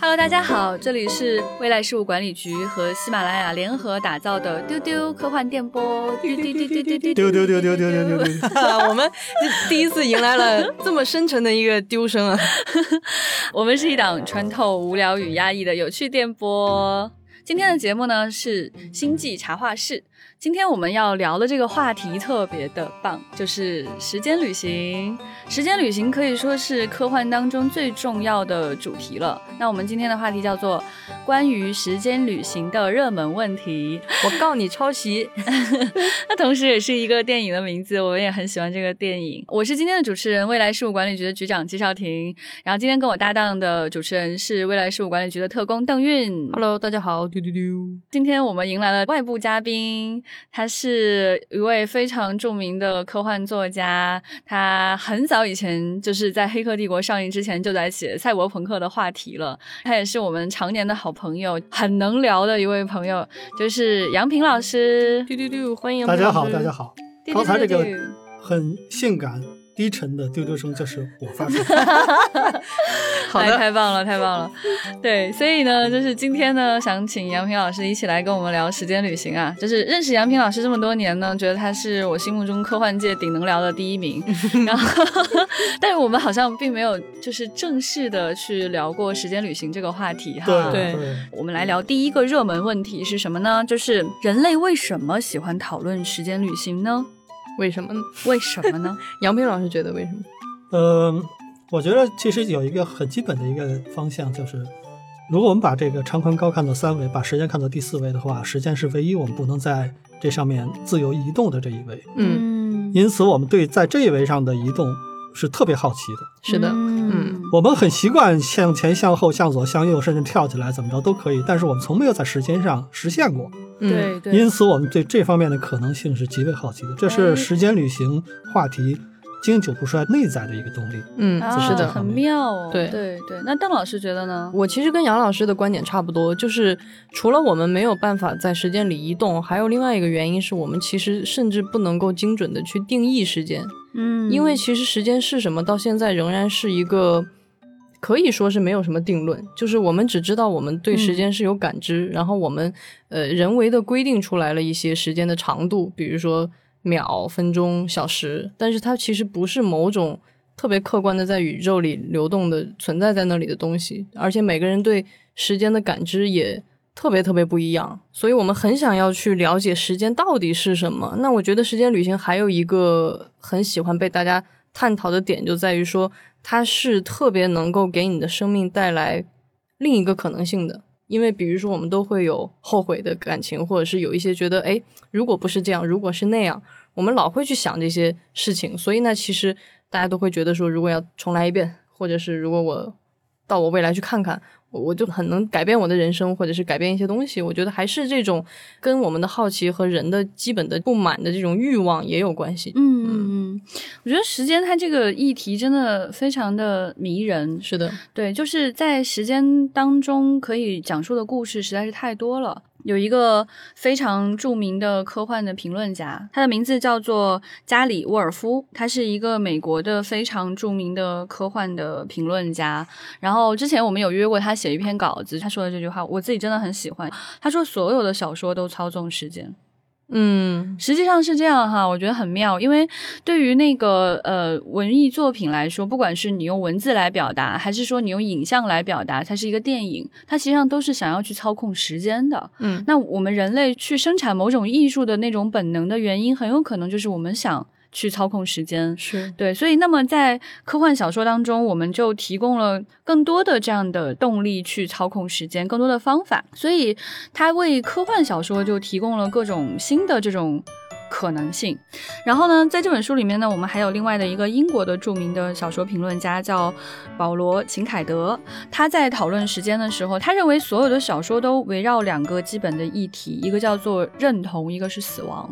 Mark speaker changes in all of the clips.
Speaker 1: Hello，大家好，这里是未来事务管理局和喜马拉雅联合打造的丢丢科幻电波，丢丢丢丢丢丢
Speaker 2: 丢丢丢丢丢丢丢。
Speaker 3: 我们第一次迎来了这么深沉的一个丢声啊！
Speaker 1: 我们是一档穿透无聊与压抑的有趣电波。今天的节目呢是星际茶话室，今天我们要聊的这个话题特别的棒，就是时间旅行。时间旅行可以说是科幻当中最重要的主题了。那我们今天的话题叫做关于时间旅行的热门问题。
Speaker 3: 我告你抄袭！
Speaker 1: 那同时也是一个电影的名字，我们也很喜欢这个电影。我是今天的主持人，未来事务管理局的局长季少廷。然后今天跟我搭档的主持人是未来事务管理局的特工邓韵。
Speaker 3: Hello，大家好，丢丢丢。
Speaker 1: 今天我们迎来了外部嘉宾，他是一位非常著名的科幻作家，他很早以前就是在《黑客帝国》上映之前就在写赛博朋克的话题了。他也是我们常年的好朋友，很能聊的一位朋友，就是杨平老师。
Speaker 3: 丢丢丢，欢迎
Speaker 2: 大家好，大家好。
Speaker 1: 对
Speaker 2: 刚才这
Speaker 1: 对
Speaker 2: 个
Speaker 1: 对对
Speaker 2: 很性感低沉的丢丢声，就是我发出的。
Speaker 3: 好
Speaker 1: 哎
Speaker 3: 的
Speaker 1: 太棒了，太棒了。 对，所以呢，就是今天呢，想请杨平老师一起来跟我们聊时间旅行啊。就是认识杨平老师这么多年呢，觉得他是我心目中科幻界顶能聊的第一名。然后， 但是我们好像并没有就是正式的去聊过时间旅行这个话题哈。
Speaker 3: 对
Speaker 2: 对，
Speaker 1: 我们来聊第一个热门问题是什么呢？就是人类为什么喜欢讨论时间旅行呢？
Speaker 3: 为什么呢？
Speaker 1: 为什么呢？
Speaker 3: 杨平老师觉得为什么？
Speaker 2: 嗯，我觉得其实有一个很基本的一个方向，就是如果我们把这个长宽高看作三维，把时间看作第四维的话，时间是唯一我们不能在这上面自由移动的这一维。
Speaker 3: 嗯，
Speaker 1: 嗯，
Speaker 2: 因此，我们对在这一维上的移动是特别好奇的。
Speaker 3: 是的，
Speaker 1: 嗯
Speaker 3: 嗯，
Speaker 2: 我们很习惯向前、向后、向左、向右，甚至跳起来怎么着都可以，但是我们从没有在时间上实现过。
Speaker 3: 嗯，
Speaker 1: 对对。
Speaker 2: 因此，我们对这方面的可能性是极为好奇的。这
Speaker 1: 哎
Speaker 2: 是时间旅行话题经久不衰内在的一个动力。
Speaker 3: 嗯，
Speaker 1: 啊，
Speaker 3: 是的，
Speaker 1: 很妙哦。
Speaker 3: 对
Speaker 1: 对对，那邓老师觉得呢？
Speaker 3: 我其实跟杨老师的观点差不多，就是除了我们没有办法在时间里移动，还有另外一个原因是我们其实甚至不能够精准的去定义时间，
Speaker 1: 嗯
Speaker 3: 因为其实时间是什么，到现在仍然是一个可以说是没有什么定论，就是我们只知道我们对时间是有感知，然后我们呃人为的规定出来了一些时间的长度，比如说秒、分钟、小时，但是它其实不是某种特别客观的在宇宙里流动的存在在那里的东西，而且每个人对时间的感知也。特别特别不一样，所以我们很想要去了解时间到底是什么。那我觉得时间旅行还有一个很喜欢被大家探讨的点，就在于说它是特别能够给你的生命带来另一个可能性的。因为比如说，我们都会有后悔的感情，或者是有一些觉得，哎，如果不是这样，如果是那样，我们老会去想这些事情。所以呢，其实大家都会觉得说，如果要重来一遍，或者是如果我到我未来去看看，我我就很能改变我的人生，或者是改变一些东西。我觉得还是这种跟我们的好奇和人的基本的不满的这种欲望也有关系。
Speaker 1: 嗯嗯嗯，我觉得时间它这个议题真的非常的迷人。
Speaker 3: 是的，
Speaker 1: 对，就是在时间当中可以讲述的故事实在是太多了。有一个非常著名的科幻的评论家，他的名字叫做加里·沃尔夫，他是一个美国的非常著名的科幻的评论家。然后之前我们有约过他写一篇稿子，他说的这句话我自己真的很喜欢。他说所有的小说都操纵时间，
Speaker 3: 嗯，
Speaker 1: 实际上是这样哈，我觉得很妙，因为对于那个呃文艺作品来说，不管是你用文字来表达，还是说你用影像来表达，它是一个电影，它实际上都是想要去操控时间的。
Speaker 3: 嗯，
Speaker 1: 那我们人类去生产某种艺术的那种本能的原因，很有可能就是我们想去操控时间。
Speaker 3: 是，
Speaker 1: 对，所以那么在科幻小说当中，我们就提供了更多的这样的动力去操控时间，更多的方法，所以它为科幻小说就提供了各种新的这种。可能性，然后呢，在这本书里面呢，我们还有另外的一个英国的著名的小说评论家叫保罗·秦凯德，他在讨论时间的时候，他认为所有的小说都围绕两个基本的议题，一个叫做认同，一个是死亡。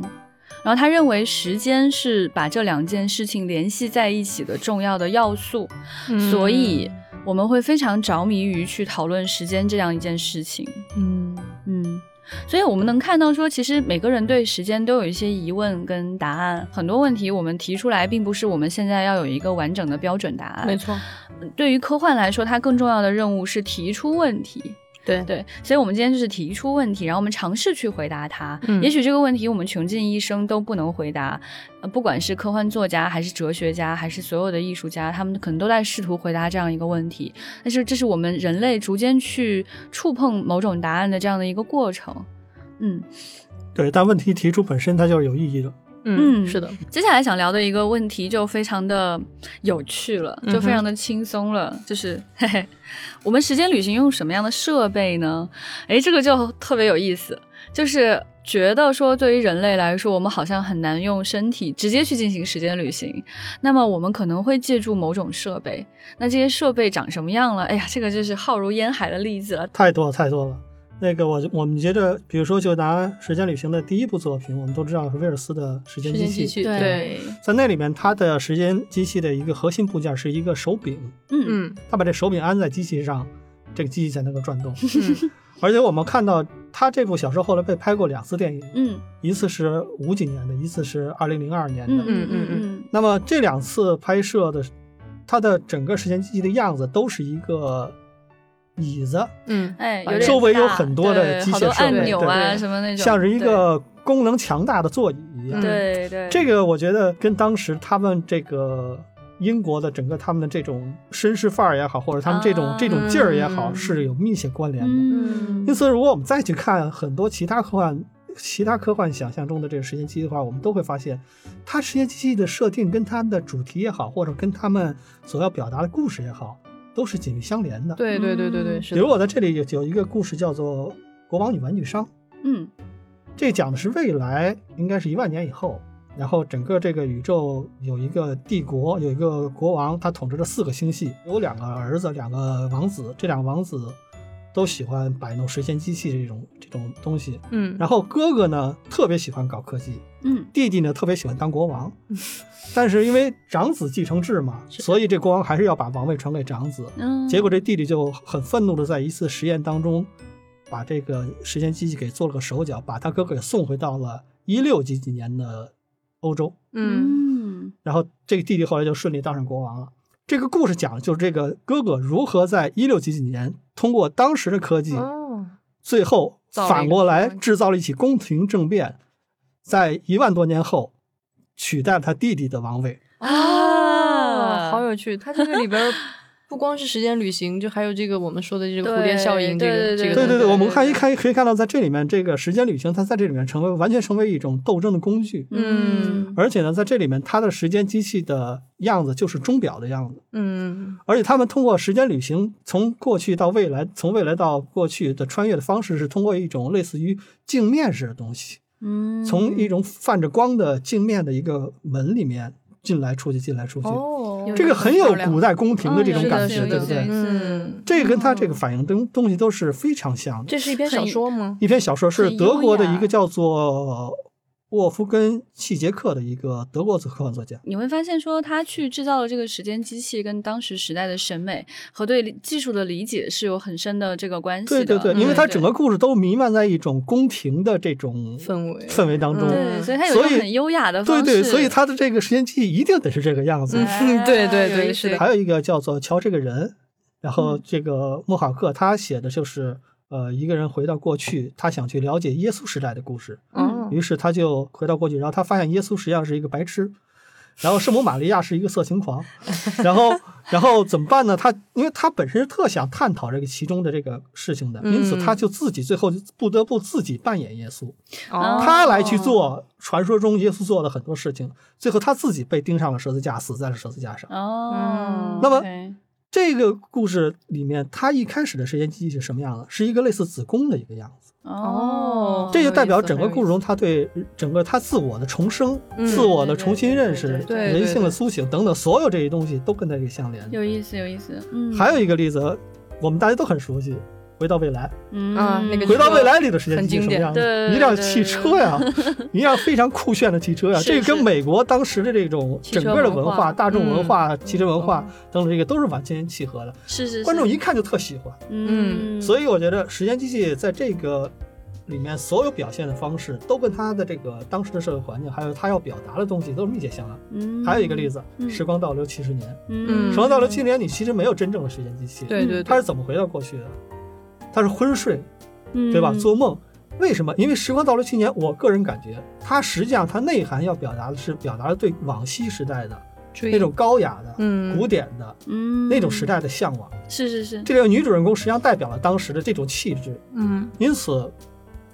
Speaker 1: 然后他认为时间是把这两件事情联系在一起的重要的要素，
Speaker 3: 嗯
Speaker 1: 所以我们会非常着迷于去讨论时间这样一件事情。
Speaker 3: 嗯，
Speaker 1: 嗯，所以我们能看到说，其实每个人对时间都有一些疑问跟答案，很多问题我们提出来，并不是我们现在要有一个完整的标准答案，
Speaker 3: 嗯
Speaker 1: 嗯
Speaker 3: 没错，
Speaker 1: 对于科幻来说，它更重要的任务是提出问题。
Speaker 3: 对
Speaker 1: 对，所以我们今天就是提出问题，然后我们尝试去回答它。
Speaker 3: 嗯
Speaker 1: 也许这个问题我们穷尽一生都不能回答、呃不管是科幻作家，还是哲学家，还是所有的艺术家，他们可能都在试图回答这样一个问题。但是这是我们人类逐渐去触碰某种答案的这样的一个过程。嗯，
Speaker 2: 对，但问题提出本身它就是有意义的。
Speaker 1: 嗯
Speaker 3: 是的，
Speaker 1: 接下来想聊的一个问题就非常的有趣了，
Speaker 3: 嗯哼
Speaker 1: 就非常的轻松了，就是嘿嘿，我们时间旅行用什么样的设备呢？诶，这个就特别有意思，就是觉得说对于人类来说，我们好像很难用身体直接去进行时间旅行，那么我们可能会借助某种设备，那这些设备长什么样了？哎呀，这个就是浩如烟海的例子了。
Speaker 2: 太多了，太多了。那个我我们觉得，比如说，就拿时间旅行的第一部作品，我们都知道是威尔斯的《时间
Speaker 3: 时
Speaker 2: 机
Speaker 3: 间
Speaker 2: 器
Speaker 3: 机》器，
Speaker 1: 对
Speaker 3: 对，
Speaker 2: 在那里面，它的时间机器的一个核心部件是一个手柄，
Speaker 1: 嗯
Speaker 3: 嗯
Speaker 2: 它把这手柄安在机器上，这个机器才能够转动。
Speaker 3: 嗯
Speaker 2: 而且我们看到，它这部小说后来被拍过两次电影，
Speaker 1: 嗯
Speaker 2: 一次是五几年的，一次是二零零二年
Speaker 1: 嗯
Speaker 2: 的。
Speaker 1: 嗯嗯嗯
Speaker 2: 那么这两次拍摄的，它的整个时间机器的样子都是一个椅子，
Speaker 3: 嗯，
Speaker 1: 哎，有
Speaker 3: 反
Speaker 1: 点
Speaker 3: 正
Speaker 2: 啊周围有
Speaker 1: 大
Speaker 2: 很多的
Speaker 1: 对
Speaker 2: 机
Speaker 1: 好
Speaker 2: 械
Speaker 1: 多
Speaker 2: 设
Speaker 1: 按
Speaker 3: 备
Speaker 1: 钮
Speaker 3: 对
Speaker 1: 啊
Speaker 3: 对
Speaker 1: 什么那种，
Speaker 2: 像是一
Speaker 1: 对
Speaker 2: 个功能强大的座椅一样。
Speaker 3: 嗯
Speaker 1: 对对，
Speaker 2: 这个我觉得跟当时他们这个英国的整个他们的这种绅士范儿也好，或者他们这种、
Speaker 1: 啊
Speaker 2: 这种劲儿也好，
Speaker 3: 嗯
Speaker 2: 是有密切关联的。
Speaker 1: 嗯
Speaker 2: 因此，如果我们再去看很多其他科幻、其他科幻想象中的这个时间机器的话，我们都会发现，它时间机器的设定跟它的主题也好，或者跟他们所要表达的故事也好，都是紧密相连的。，
Speaker 3: 对对对对对，
Speaker 1: 嗯
Speaker 3: 是
Speaker 2: 比
Speaker 3: 的，
Speaker 2: 如我在这里有有一个故事叫做《国王与玩具商》。
Speaker 1: 嗯
Speaker 2: 这讲的是未来，应该是一万年以后。然后整个这个宇宙有一个帝国，有一个国王，他统治着四个星系，有两个儿子，两个王子。这两个王子都喜欢摆弄时间机器这种这种东西。
Speaker 3: 嗯，
Speaker 2: 然后哥哥呢特别喜欢搞科技，
Speaker 1: 嗯
Speaker 2: 弟弟呢特别喜欢当国王。但是因为长子继承制嘛，所以这国王还是要把王位传给长子。
Speaker 1: 嗯，
Speaker 2: 结果这弟弟就很愤怒的在一次实验当中，把这个时间机器给做了个手脚，把他哥哥给送回到了一六几几年的欧洲。
Speaker 3: 嗯
Speaker 1: 嗯
Speaker 2: 然后这个弟弟后来就顺利当上国王了。这个故事讲的就是这个哥哥如何在一六几几年通过当时的科技，
Speaker 3: 哦，
Speaker 2: 最后反过
Speaker 3: 造了
Speaker 2: 来
Speaker 3: 一个
Speaker 2: 制造了一起宫廷政变，在一万多年后取代了他弟弟的王位。
Speaker 1: 啊
Speaker 3: 啊，哦好有趣！它这个里 边儿不光是时间旅行，就还有这个我们说的这个
Speaker 1: 对
Speaker 3: 蝴蝶效应，这
Speaker 1: 对
Speaker 3: 个
Speaker 1: 对
Speaker 3: 这个
Speaker 2: 对
Speaker 3: 东
Speaker 2: 对
Speaker 3: 西
Speaker 2: 对，我们看一看可以看到，在这里面这个时间旅行，它在这里面成为完全成为一种斗争的工具，
Speaker 1: 嗯
Speaker 2: 而且呢，在这里面它的时间机器的样子就是钟表的样子，
Speaker 3: 嗯
Speaker 2: 而且他们通过时间旅行，从过去到未来，从未来到过去的穿越的方式是通过一种类似于镜面式的东西，
Speaker 1: 嗯，
Speaker 2: 从一种泛着光的镜面的一个门里面进来出去，进来出去，
Speaker 3: 哦
Speaker 2: 这个很有古
Speaker 3: 代
Speaker 2: 代宫廷的这种
Speaker 1: 嗯
Speaker 2: 感
Speaker 1: 有
Speaker 2: 觉，
Speaker 1: 有
Speaker 2: 对不
Speaker 1: 有有
Speaker 2: 对？
Speaker 3: 嗯，
Speaker 2: 这个跟它这个反映东东西都是非常像的。
Speaker 3: 这是一篇小说吗？
Speaker 2: 一篇小说，是
Speaker 1: 很
Speaker 2: 德国的
Speaker 1: 优雅
Speaker 2: 一个叫做沃夫根·契杰克的一个德国科幻作家。
Speaker 1: 你会发现说他去制造了这个时间机器，跟当时时代的审美和对技术的理解是有很深的这个关系
Speaker 2: 对
Speaker 1: 的。
Speaker 2: 对对，因为
Speaker 1: 嗯
Speaker 2: 它整个故事都弥漫在一种宫廷的这种
Speaker 3: 氛围
Speaker 2: 氛围当中
Speaker 1: 对
Speaker 3: 嗯，
Speaker 1: 对，所以他有一种
Speaker 2: 所以
Speaker 1: 很优雅的
Speaker 2: 对
Speaker 1: 方式，
Speaker 2: 对，所以他的这个时间记忆一定得是这个样子。
Speaker 1: 哎
Speaker 3: 嗯对对
Speaker 1: 有
Speaker 3: 对
Speaker 1: 意思
Speaker 3: 是的
Speaker 2: 还有一个叫做乔这个人，然后
Speaker 1: 嗯
Speaker 2: 这个穆罕克他写的就是。呃，一个人回到过去，他想去了解耶稣时代的故事，
Speaker 1: 嗯
Speaker 3: 哦
Speaker 2: 于是他就回到过去，然后他发现耶稣实际上是一个白痴，然后圣母玛利亚是一个色情狂，然后然后怎么办呢？他因为他本身是特想探讨这个其中的这个事情的，因此他就自己最后就不得不自己扮演耶稣，
Speaker 3: 嗯
Speaker 1: 哦
Speaker 2: 他来去做传说中耶稣做的很多事情，最后他自己被钉上了十字架，死在了十字架上。
Speaker 1: 嗯哦，
Speaker 2: 那么
Speaker 1: OK
Speaker 2: 这个故事里面，他一开始的时间机器是什么样的？是一个类似子宫的一个样子。
Speaker 1: 哦，
Speaker 2: 这
Speaker 3: 有
Speaker 2: 就代
Speaker 3: 意
Speaker 2: 表
Speaker 3: 思
Speaker 2: 整
Speaker 3: 很
Speaker 2: 个
Speaker 3: 有意
Speaker 2: 故事中他对整个他自我的重生、
Speaker 3: 嗯
Speaker 2: 自我的重新认识、
Speaker 1: 对对对
Speaker 3: 对对
Speaker 2: 人性的苏醒等等，所有这些东西都跟这个相连的。
Speaker 1: 有意思有意思，嗯，
Speaker 2: 还有一个例子，我们大家都很熟悉，《回到未来》。
Speaker 1: 嗯
Speaker 3: 啊那个
Speaker 2: 《回到
Speaker 3: 车
Speaker 2: 未来》里的时间
Speaker 3: 很
Speaker 2: 机什
Speaker 3: 经
Speaker 2: 么
Speaker 3: 典
Speaker 2: 样
Speaker 1: 对
Speaker 2: 子？
Speaker 1: 对
Speaker 2: 一辆
Speaker 1: 对
Speaker 2: 汽车呀，一辆非常酷炫的汽车呀。
Speaker 1: 是
Speaker 2: 这个跟
Speaker 1: 是
Speaker 2: 美国当时的这种
Speaker 1: 汽
Speaker 2: 整
Speaker 1: 车
Speaker 2: 个的
Speaker 1: 文
Speaker 2: 文
Speaker 1: 化
Speaker 2: 化、大众文
Speaker 3: 嗯
Speaker 2: 化、汽车文化
Speaker 3: 嗯
Speaker 2: 等等，这个都是完全契合的。
Speaker 1: 是是是
Speaker 2: 观众一看就特喜欢。
Speaker 1: 嗯，
Speaker 2: 所
Speaker 1: 以
Speaker 2: 以我觉得《时间机器》在这个里面所有表现的方式都跟他的这个当时的社会环境，还有他要表达的东西都是密切相关。
Speaker 1: 嗯，
Speaker 2: 还有一个例子，
Speaker 1: 嗯
Speaker 2: 时光倒流七十年》，
Speaker 1: 嗯，
Speaker 2: 《时光倒流七十年》，你其实没有真正的时间机器，
Speaker 3: 对对
Speaker 2: 他
Speaker 3: 对，
Speaker 2: 是怎么回到过去的？他是昏睡，
Speaker 1: 嗯，
Speaker 2: 对吧？做梦。为什么？因为《时光倒流七年》，我个人感觉，它实际上它内涵要表达的是表达的对往昔时代的
Speaker 3: 注意
Speaker 2: 那种高雅的、
Speaker 3: 嗯
Speaker 2: 古典的
Speaker 1: 嗯
Speaker 2: 那种时代的向往。
Speaker 1: 是是是，
Speaker 2: 这个女主人公实际上代表了当时的这种气质，
Speaker 3: 嗯
Speaker 2: 因此，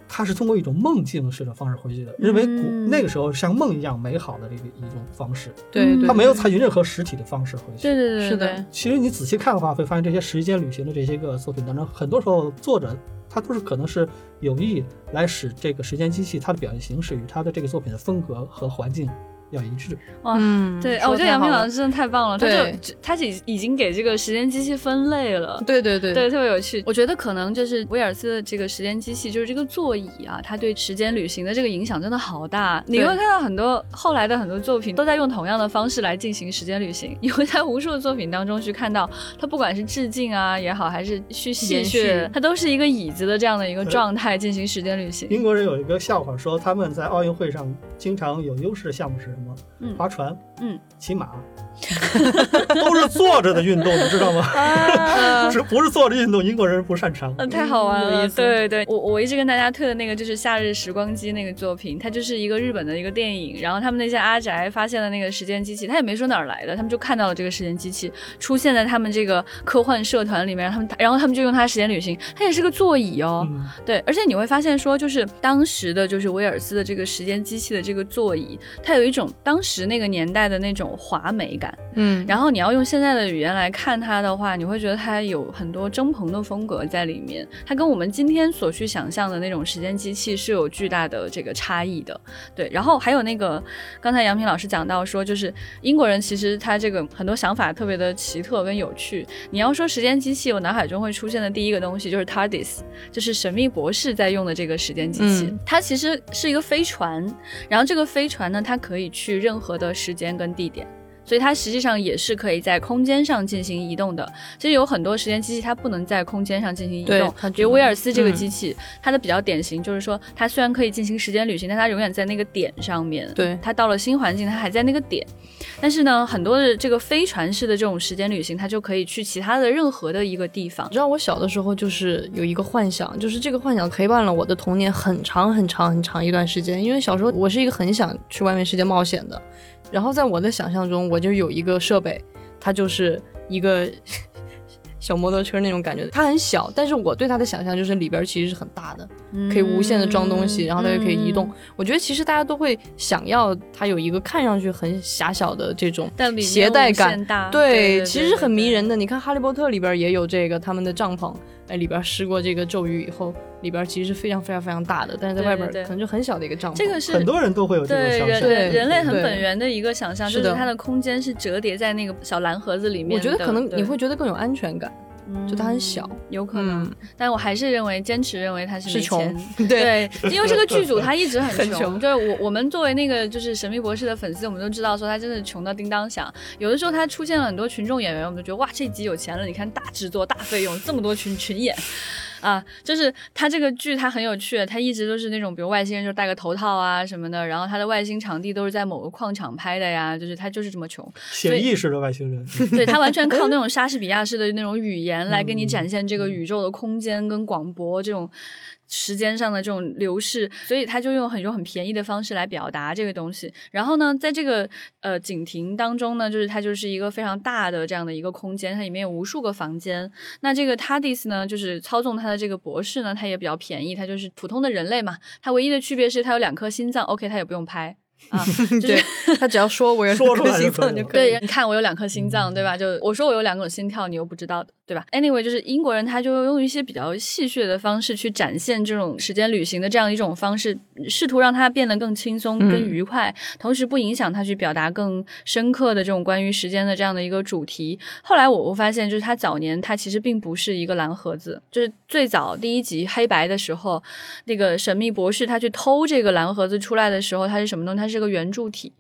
Speaker 2: 她是通过一种梦境式的方式回去的，认为古、
Speaker 1: 嗯
Speaker 2: 那个时候像梦一样美好的这个一种方式，
Speaker 3: 对对，
Speaker 2: 她没有
Speaker 3: 对
Speaker 2: 采取任何实体的方式回去。
Speaker 1: 嗯对对对，
Speaker 3: 是的
Speaker 1: 对，
Speaker 2: 其实你仔细看的话，会发现这些时间旅行的这些个作品当中，很多时候作者他都是可能是有意来使这个时间机器它的表现形式与他的这个作品的风格和环境要一致。
Speaker 3: 嗯，
Speaker 1: 对，
Speaker 3: 说
Speaker 1: 哦我觉得
Speaker 3: 太
Speaker 1: 杨明
Speaker 3: 好
Speaker 1: 老
Speaker 3: 了
Speaker 1: 师真的太棒了，他
Speaker 3: 对
Speaker 1: 就他已已经给这个时间机器分类了。
Speaker 3: 对对对
Speaker 1: 对，特别有趣。我觉得可能就是威尔斯的这个时间机器，就是这个座椅啊，它对时间旅行的这个影响真的好大。你
Speaker 3: 对
Speaker 1: 会看到很多后来的很多作品都在用同样的方式来进行时间旅行。 你会在无数的作品当中去看到，它不管是致敬啊也好，还是去戏
Speaker 3: 延
Speaker 1: 谑
Speaker 3: 续，
Speaker 1: 它都是一个椅子的这样的一个
Speaker 2: 对
Speaker 1: 状态进行时间旅行。
Speaker 2: 英国人有一个笑话说，他们在奥运会上经常有优势的项目是什么？
Speaker 1: 嗯
Speaker 2: 划船，
Speaker 1: 嗯，
Speaker 2: 骑马，都是坐着的运动，你知道吗？
Speaker 1: 啊
Speaker 2: 是不是坐着运动？英国人不擅长。
Speaker 1: 嗯，太好玩
Speaker 3: 有
Speaker 1: 了！
Speaker 3: 意思
Speaker 1: 对对，我我一直跟大家推的那个就是《夏日时光机》那个作品，它就是一个日本的一个电影，然后他们那些阿宅发现了那个时间机器，他也没说哪儿来的，他们就看到了这个时间机器出现在他们这个科幻社团里面，他们然后他们就用它时间旅行，它也是个座椅哦，
Speaker 2: 嗯，
Speaker 1: 对，而且你会发现说，就是当时的就是威尔斯的这个时间机器的这个座椅，它有一种当时那个年代的那种华美感，
Speaker 3: 嗯，
Speaker 1: 然后你要用现在的语言来看它的话，你会觉得它有很多蒸腾的风格在里面，它跟我们今天所去想象的那种时间机器是有巨大的这个差异的。对，然后还有那个刚才杨平老师讲到说，就是英国人其实他这个很多想法特别的奇特跟有趣。你要说时间机器，我脑海中会出现的第一个东西就是 TARDIS，就是神秘博士在用的这个时间机器，
Speaker 3: 嗯
Speaker 1: 它其实是一个飞船，然后这个飞船呢，它可以去任何的时间跟地点。所以它实际上也是可以在空间上进行移动的。其实有很多时间机器它不能在空间上进行移
Speaker 3: 对
Speaker 1: 动
Speaker 3: 它，
Speaker 1: 比如
Speaker 3: 只能
Speaker 1: 威尔斯这个
Speaker 3: 嗯
Speaker 1: 机器，它的比较典型就是说，它虽然可以进行时间旅行，但它永远在那个点上面。
Speaker 3: 对
Speaker 1: 它到了新环境，它还在那个点。但是呢，很多的这个飞船式的这种时间旅行，它就可以去其他的任何的一个地方
Speaker 3: 你。知道我小的时候就是有一个幻想，就是这个幻想陪伴了我的童年很长很长很长一段时间。因为小时候我是一个很想去外面世界冒险的，然后在我的想象中，我就有一个设备，它就是一个 小摩托车那种感觉，它很小，但是我对它的想象就是里边其实是很大的，可以无限的装东西，然后它也可以移动
Speaker 1: 嗯。
Speaker 3: 我觉得其实大家都会想要它有一个看上去很狭小的这种
Speaker 1: 但里面
Speaker 3: 携带
Speaker 1: 无限
Speaker 3: 感
Speaker 1: 大，啊对
Speaker 3: 对，其实
Speaker 1: 对
Speaker 3: 很迷
Speaker 1: 对
Speaker 3: 人的。你看《哈利波特》里边也有这个他们的帐篷，哎，里边施过这个咒语以后，里边其实是非常非常非常大的，但是在
Speaker 1: 对
Speaker 3: 外
Speaker 1: 对
Speaker 3: 边
Speaker 1: 对
Speaker 3: 可能就很小的一个帐篷。
Speaker 1: 这个是
Speaker 2: 很多人都会有这种
Speaker 1: 对
Speaker 2: 想
Speaker 1: 人
Speaker 2: 象。
Speaker 3: 对
Speaker 1: 人类很
Speaker 3: 对
Speaker 1: 本源的一个想象，
Speaker 3: 是
Speaker 1: 就
Speaker 3: 的
Speaker 1: 是它的空间是折叠在那个小蓝盒子里面
Speaker 3: 我
Speaker 1: 的。
Speaker 3: 觉得可能
Speaker 1: 对嗯
Speaker 3: 你会觉得更有安全感，就它很小，
Speaker 1: 有可能，但我还是认为坚持认为它是
Speaker 3: 嗯是
Speaker 1: 没
Speaker 3: 穷
Speaker 1: 钱。，
Speaker 3: 对，
Speaker 1: 对，因为这个剧 组他一直很
Speaker 3: 很
Speaker 1: 穷，
Speaker 3: 穷
Speaker 1: 就是我我们作为那个就是神秘博士的粉丝，我们都知道说他真的穷到叮当响。有的时候他出现了很多群众演员，我们就觉得哇，这集有钱了，你看大制作、大费用，这么多群群演。啊， 就是他这个剧，他很有趣，他一直都是那种，比如外星人就戴个头套啊什么的，然后他的外星场地都是在某个矿场拍的呀，就是他就是这么穷，
Speaker 2: 写意式的外星人，
Speaker 1: 对他完全靠那种莎士比亚式的那种语言来给你
Speaker 2: 嗯
Speaker 1: 展现这个宇宙的空间跟广博这种时间上的这种流逝，所以他就用很用很便宜的方式来表达这个东西。然后呢，在这个呃景亭当中呢，就是它就是一个非常大的这样的一个空间，它里面有无数个房间。那这个 TARDIS 呢，就是操纵它的这个博士呢，他也比较便宜，他就是普通的人类嘛。他唯一的区别是他有两颗心脏，OK，他也不用拍 啊，就是
Speaker 3: 对，他只要说我有
Speaker 2: 说出来就
Speaker 3: 心
Speaker 2: 可以
Speaker 3: 脏就
Speaker 2: 了
Speaker 3: 可以嗯
Speaker 1: 对，你看我有两颗心脏，对吧？就我说我有两种心跳，你又不知道的，对吧？Anyway，就是英国人他就用一些比较戏谑的方式去展现这种时间旅行的这样一种方式，试图让它变得更轻松、更
Speaker 3: 嗯
Speaker 1: 愉快，同时不影响他去表达更深刻的这种关于时间的这样的一个主题。后来我我发现，就是他早年他其实并不是一个蓝盒子，就是最早第一集黑白的时候，那个神秘博士他去偷这个蓝盒子出来的时候，它是什么东西？它是个圆柱体。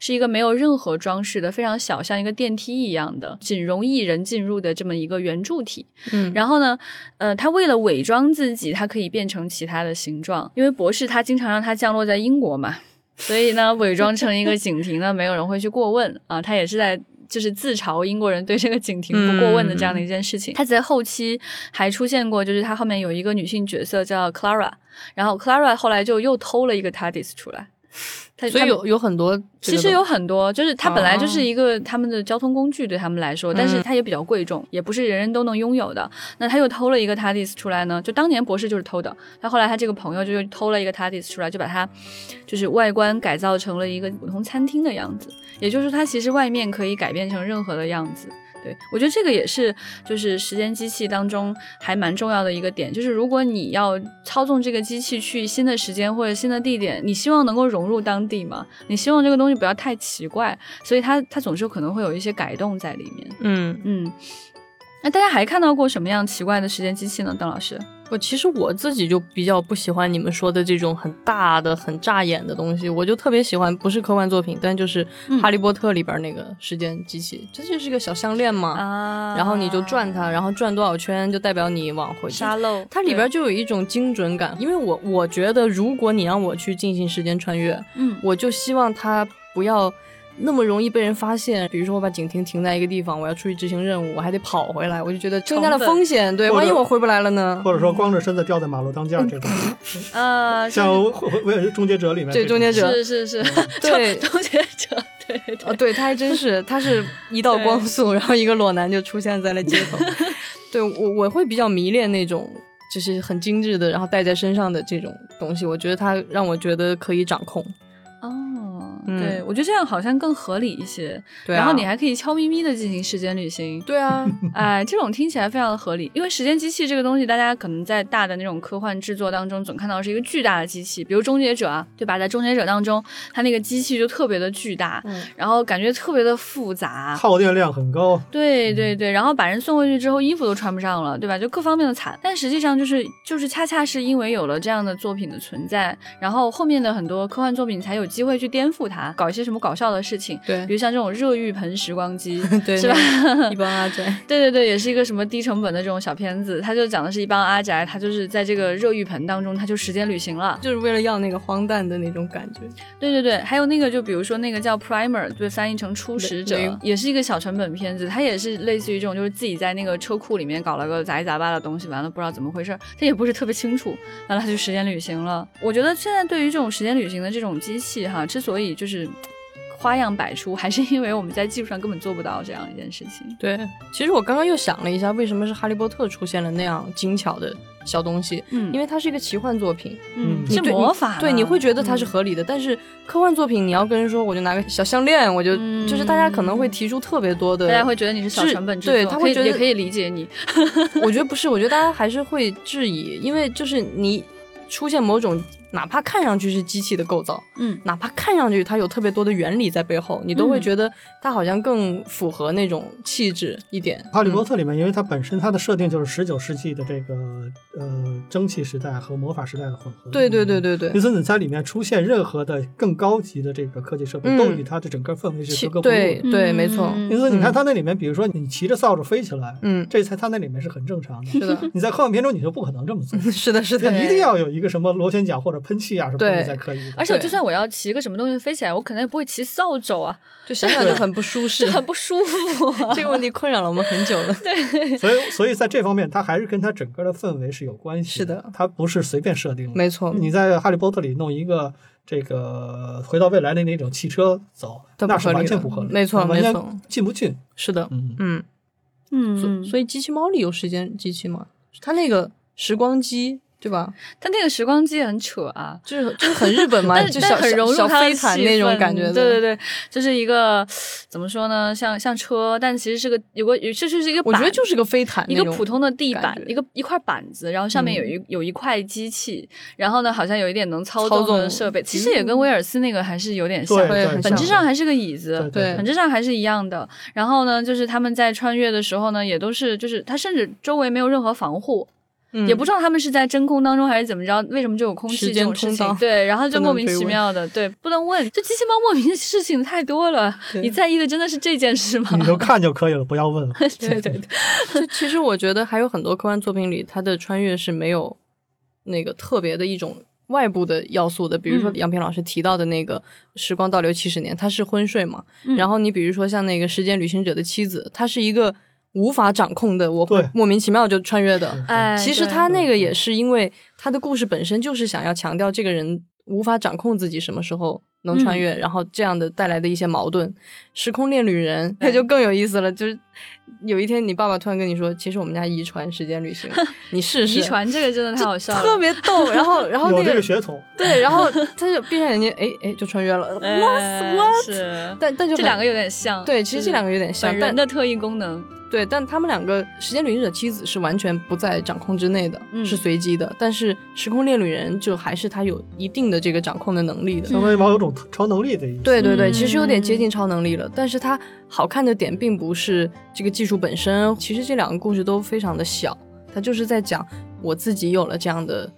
Speaker 1: 是一个没有任何装饰的，非常小，像一个电梯一样的，仅容易人进入的这么一个圆柱体。
Speaker 3: 嗯，
Speaker 1: 然后呢，呃，它为了伪装自己，它可以变成其他的形状。因为博士他经常让它降落在英国嘛，所以呢，伪装成一个警亭呢，没有人会去过问啊。他也是在。就是自嘲英国人对这个警亭不过问的这样的一
Speaker 3: 嗯
Speaker 1: 件事情。他在后期还出现过，就是他后面有一个女性角色叫 Clara，然后 Clara 后来就又偷了一个 TARDIS 出来。他
Speaker 3: 所以
Speaker 1: 他
Speaker 3: 有有很多，
Speaker 1: 其实有很多，就是它本来就
Speaker 3: 哦
Speaker 1: 是一个他们的交通工具，对他们来说，但是它也比较贵重，也不是人人都能拥有的。那他又偷了一个 TARDIS 出来呢，就当年博士就是偷的，他后来他这个朋友就又偷了一个 TARDIS 出来，就把它就是外观改造成了一个普通餐厅的样子，也就是说它其实外面可以改变成任何的样子。对，我觉得这个也是，就是时间机器当中还蛮重要的一个点，就是如果你要操纵这个机器去新的时间或者新的地点，你希望能够融入当地嘛？你希望这个东西不要太奇怪，所以它它总是可能会有一些改动在里面。
Speaker 3: 嗯，
Speaker 1: 嗯，那大家还看到过什么样奇怪的时间机器呢？邓老师，
Speaker 3: 我其实我自己就比较不喜欢你们说的这种很大的、很扎眼的东西，我就特别喜欢不是科幻作品，但就是
Speaker 1: 嗯
Speaker 3: 《哈利波特》里边那个时间机器，这就是个小项链嘛，
Speaker 1: 啊
Speaker 3: 然后你就转它，然后转多少圈就代表你往回
Speaker 1: 沙漏，
Speaker 3: 它里边就有一种精准感，因为我我觉得，如果你让我去进行时间穿越，
Speaker 1: 嗯
Speaker 3: 我就希望它不要那么容易被人发现。比如说，我把警亭停在一个地方，我要出去执行任务，我还得跑回来，我就觉得增加了
Speaker 1: 成本
Speaker 3: 风险。对，
Speaker 2: 或者
Speaker 3: 万一我回不来了呢？
Speaker 2: 或者说光着身子掉在马路当间儿这种，
Speaker 1: 呃，
Speaker 2: 像《我也是终结者》里面
Speaker 3: 嗯对
Speaker 2: 这种
Speaker 3: 终结者
Speaker 1: 是是是，
Speaker 3: 嗯对
Speaker 1: 终结者，对对
Speaker 3: 啊，对，他还真是，他是一道光速，然后一个裸男就出现在了街头。 对我，我会比较迷恋那种就是很精致的，然后戴在身上的这种东西。我觉得它让我觉得可以掌控。
Speaker 1: 哦，
Speaker 3: 嗯
Speaker 1: 对，我觉得这样好像更合理一些。
Speaker 3: 对、啊，，
Speaker 1: 然后你还可以悄咪咪的进行时间旅行
Speaker 3: 对啊，
Speaker 1: 哎，这种听起来非常的合理。因为时间机器这个东西，大家可能在大的那种科幻制作当中，总看到是一个巨大的机器，比如《终结者》啊，对吧？在《终结者》当中，它那个机器就特别的巨大，
Speaker 3: 嗯
Speaker 1: 然后感觉特别的复
Speaker 3: 啊
Speaker 1: 杂。
Speaker 2: 耗电量很高，
Speaker 1: 对对
Speaker 3: 嗯
Speaker 1: 对，然后把人送回去之后，衣服都穿不上了，对吧？就各方面的惨。但实际上就是就是恰恰是因为有了这样的作品的存在，然后后面的很多科幻作品才有机会去颠覆它，搞一些什么搞笑的事情，
Speaker 3: 对，
Speaker 1: 比如像这种热浴盆时光机
Speaker 3: 对，
Speaker 1: 是吧？
Speaker 3: 一帮阿宅，
Speaker 1: 对对对，也是一个什么低成本的这种小片子，它就讲的是一帮阿宅，他就是在这个热浴盆当中，他就时间旅行了。
Speaker 3: 就是为了要那个荒诞的那种感觉。
Speaker 1: 对对对，还有那个就比如说那个叫 Primer，被翻译成初始者
Speaker 3: 雷雷，
Speaker 1: 也是一个小成本片子，它也是类似于这种，就是自己在那个车库里面搞了个杂七杂八的东西，完了不知道怎么回事儿，他也不是特别清楚，完了他就时间旅行了。我觉得现在对于这种时间旅行的这种机器哈，之所以就是嘖花样百出，还是因为我们在技术上根本做不到这样一件事情。
Speaker 3: 对，其实我刚刚又想了一下，为什么是《哈利波特》出现了那样精巧的小东西？
Speaker 1: 嗯
Speaker 3: 因为它是一个奇幻作品，
Speaker 1: 嗯，
Speaker 2: 嗯
Speaker 3: 你
Speaker 1: 是
Speaker 3: 对
Speaker 1: 魔法嘛，嗯
Speaker 3: 对，你会觉得它是合理的。但是科幻作品，你要跟人说，我就拿个小项链，我就、
Speaker 1: 嗯
Speaker 3: 就是大家可能会提出特别多的，
Speaker 1: 大家会觉得你是小成本制作，
Speaker 3: 对他会
Speaker 1: 可以
Speaker 3: 觉得
Speaker 1: 也可以理解你。
Speaker 3: 我觉得不是，我觉得大家还是会质疑，因为就是你出现某种哪怕看上去是机器的构造，
Speaker 1: 嗯，
Speaker 3: 哪怕看上去它有特别多的原理在背后，你都会
Speaker 1: 嗯
Speaker 3: 觉得它好像更符合那种气质一点。
Speaker 2: 《哈利波
Speaker 3: 特，
Speaker 2: 特》里面，因为它本身它的设定就是十九世纪的这个呃蒸汽时代和魔法时代的混合。嗯
Speaker 3: 对对对对对
Speaker 2: 因。此你在里面出现任何的更高级的这个科技设备，
Speaker 3: 嗯
Speaker 2: 都与它的整个氛围是
Speaker 3: 气
Speaker 2: 格格不入
Speaker 3: 对
Speaker 2: 的。
Speaker 3: 对，没错，
Speaker 1: 嗯
Speaker 2: 因此你看它那里面，比如说你骑着扫帚飞起来，
Speaker 3: 嗯，
Speaker 2: 这在它那里面是很正常 的。
Speaker 3: 是 的，
Speaker 2: 你在科幻片中你就不可能这么 做，
Speaker 3: 是的，是的，
Speaker 1: 对
Speaker 2: 一定要有一个什么螺旋桨或者喷气啊什么
Speaker 3: 对
Speaker 2: 的才可以的。
Speaker 1: 而且
Speaker 3: 对
Speaker 1: 就算我要骑个什么东西飞起来，我可能也不会骑扫帚啊，
Speaker 3: 就想想就很不舒适
Speaker 1: 这。很不舒服、啊。
Speaker 3: 这个问题困扰了我们很久了。
Speaker 2: 所以，所以在这方面，它还是跟它整个的氛围是有关系。
Speaker 3: 是的，
Speaker 2: 它不是随便设定的。
Speaker 3: 没错，
Speaker 2: 你在《哈利波特》里弄一个这个回到未来的那种汽车走，
Speaker 3: 都不
Speaker 2: 那是
Speaker 3: 合理
Speaker 2: 完全
Speaker 3: 的
Speaker 2: 不合理，
Speaker 3: 没错
Speaker 2: 完
Speaker 3: 没
Speaker 2: 全
Speaker 3: 错
Speaker 2: 进不去。
Speaker 3: 是的，
Speaker 2: 嗯，
Speaker 3: 嗯，所
Speaker 1: 嗯所以
Speaker 3: 所以机器猫里有时间机器吗？它那个时光机，对吧？
Speaker 1: 他那个时光机很扯啊。
Speaker 3: 就是就是很日本嘛，
Speaker 1: 但
Speaker 3: 就
Speaker 1: 但
Speaker 3: 小
Speaker 1: 很融入
Speaker 3: 小
Speaker 1: 他
Speaker 3: 小
Speaker 1: 的
Speaker 3: 飞
Speaker 1: 气
Speaker 3: 毯那种
Speaker 1: 氛
Speaker 3: 感觉的。
Speaker 1: 对对对，就是一个怎么说呢，像像车，但其实是个有个有这就是一个
Speaker 3: 我
Speaker 1: 板，
Speaker 3: 觉得就是个飞毯那
Speaker 1: 一
Speaker 3: 种，
Speaker 1: 个普通的地板
Speaker 3: 感，觉嗯
Speaker 1: 一个一块板子，然后上面有一、有一块机器，然后呢好像有一点能操
Speaker 3: 操
Speaker 1: 纵的
Speaker 3: 纵
Speaker 1: 设备，其实也跟威尔斯那个还是有点像
Speaker 2: 对，
Speaker 3: 会
Speaker 2: 对，
Speaker 3: 很
Speaker 2: 对
Speaker 1: 本质上
Speaker 2: 对
Speaker 1: 还是个椅子，
Speaker 2: 对
Speaker 3: 对
Speaker 1: 本质上还是一样的。然后呢，就是他们在穿越的时候呢，也都是就是他甚至周围没有任何防护。
Speaker 3: 嗯
Speaker 1: 也不知道他们是在真空当中还是怎么着，为什么就有空气
Speaker 3: 时
Speaker 1: 这
Speaker 3: 间
Speaker 1: 种事
Speaker 3: 通
Speaker 1: 情
Speaker 3: 道？
Speaker 1: 对，然后就
Speaker 3: 不
Speaker 1: 莫
Speaker 3: 能
Speaker 1: 名
Speaker 3: 追
Speaker 1: 其
Speaker 3: 问
Speaker 1: 妙的，对，不能问，就机器猫莫名的事情太多 了，
Speaker 2: 对
Speaker 1: 你在意的真的是这件事吗？
Speaker 2: 你就看就可以了，不要 问了。
Speaker 1: 对对对，
Speaker 3: 就其实我觉得还有很多科幻作品里，它的穿越是没有那个特别的一种外部的要素的。比如说
Speaker 1: 嗯
Speaker 3: 杨平老师提到的那个时光倒流七十年，它是昏睡嘛。
Speaker 1: 嗯
Speaker 3: 然后你比如说像那个时间旅行者的妻子，它是一个无法掌控的，我会
Speaker 2: 对
Speaker 3: 莫名其妙就穿越的。
Speaker 1: 哎，
Speaker 3: 其实
Speaker 1: 对
Speaker 3: 他那个也是因为他的故事本身就是想要强调这个人无法掌控自己什么时候能
Speaker 1: 嗯
Speaker 3: 穿越，然后这样的带来的一些矛盾。时空恋旅人
Speaker 1: 对
Speaker 3: 那 就更有意思了，就是有一天你爸爸突然跟你说，其实我们家遗传时间 旅行，你试试。
Speaker 1: 遗传这个真的太好笑了，
Speaker 3: 特别逗，然后然后
Speaker 2: 有
Speaker 3: 那
Speaker 2: 这
Speaker 3: 个
Speaker 2: 个血统，
Speaker 3: 对，然后他就闭上眼睛，哎哎就穿 越了。
Speaker 1: 哎
Speaker 3: What？
Speaker 1: 是，
Speaker 3: 但但就
Speaker 1: 这
Speaker 3: 很
Speaker 1: 两个有点像，嗯
Speaker 3: 对，其实这两个有点像
Speaker 1: 本，
Speaker 3: 但
Speaker 1: 人的特异功能，
Speaker 3: 对，但他们两个时间旅行者妻子是完全不在掌控之内的，
Speaker 1: 嗯
Speaker 3: 是随机的。但是时空恋旅人就还是他有一定的这个掌控的能力的。
Speaker 2: 相当于猫有种超能力的意思。
Speaker 3: 嗯对对对，
Speaker 1: 嗯
Speaker 3: 其实有点接近超能力了。但是它好看的点并不是这个技术本身，其实这两个故事都非常的小，它就是在讲我自己有了这样的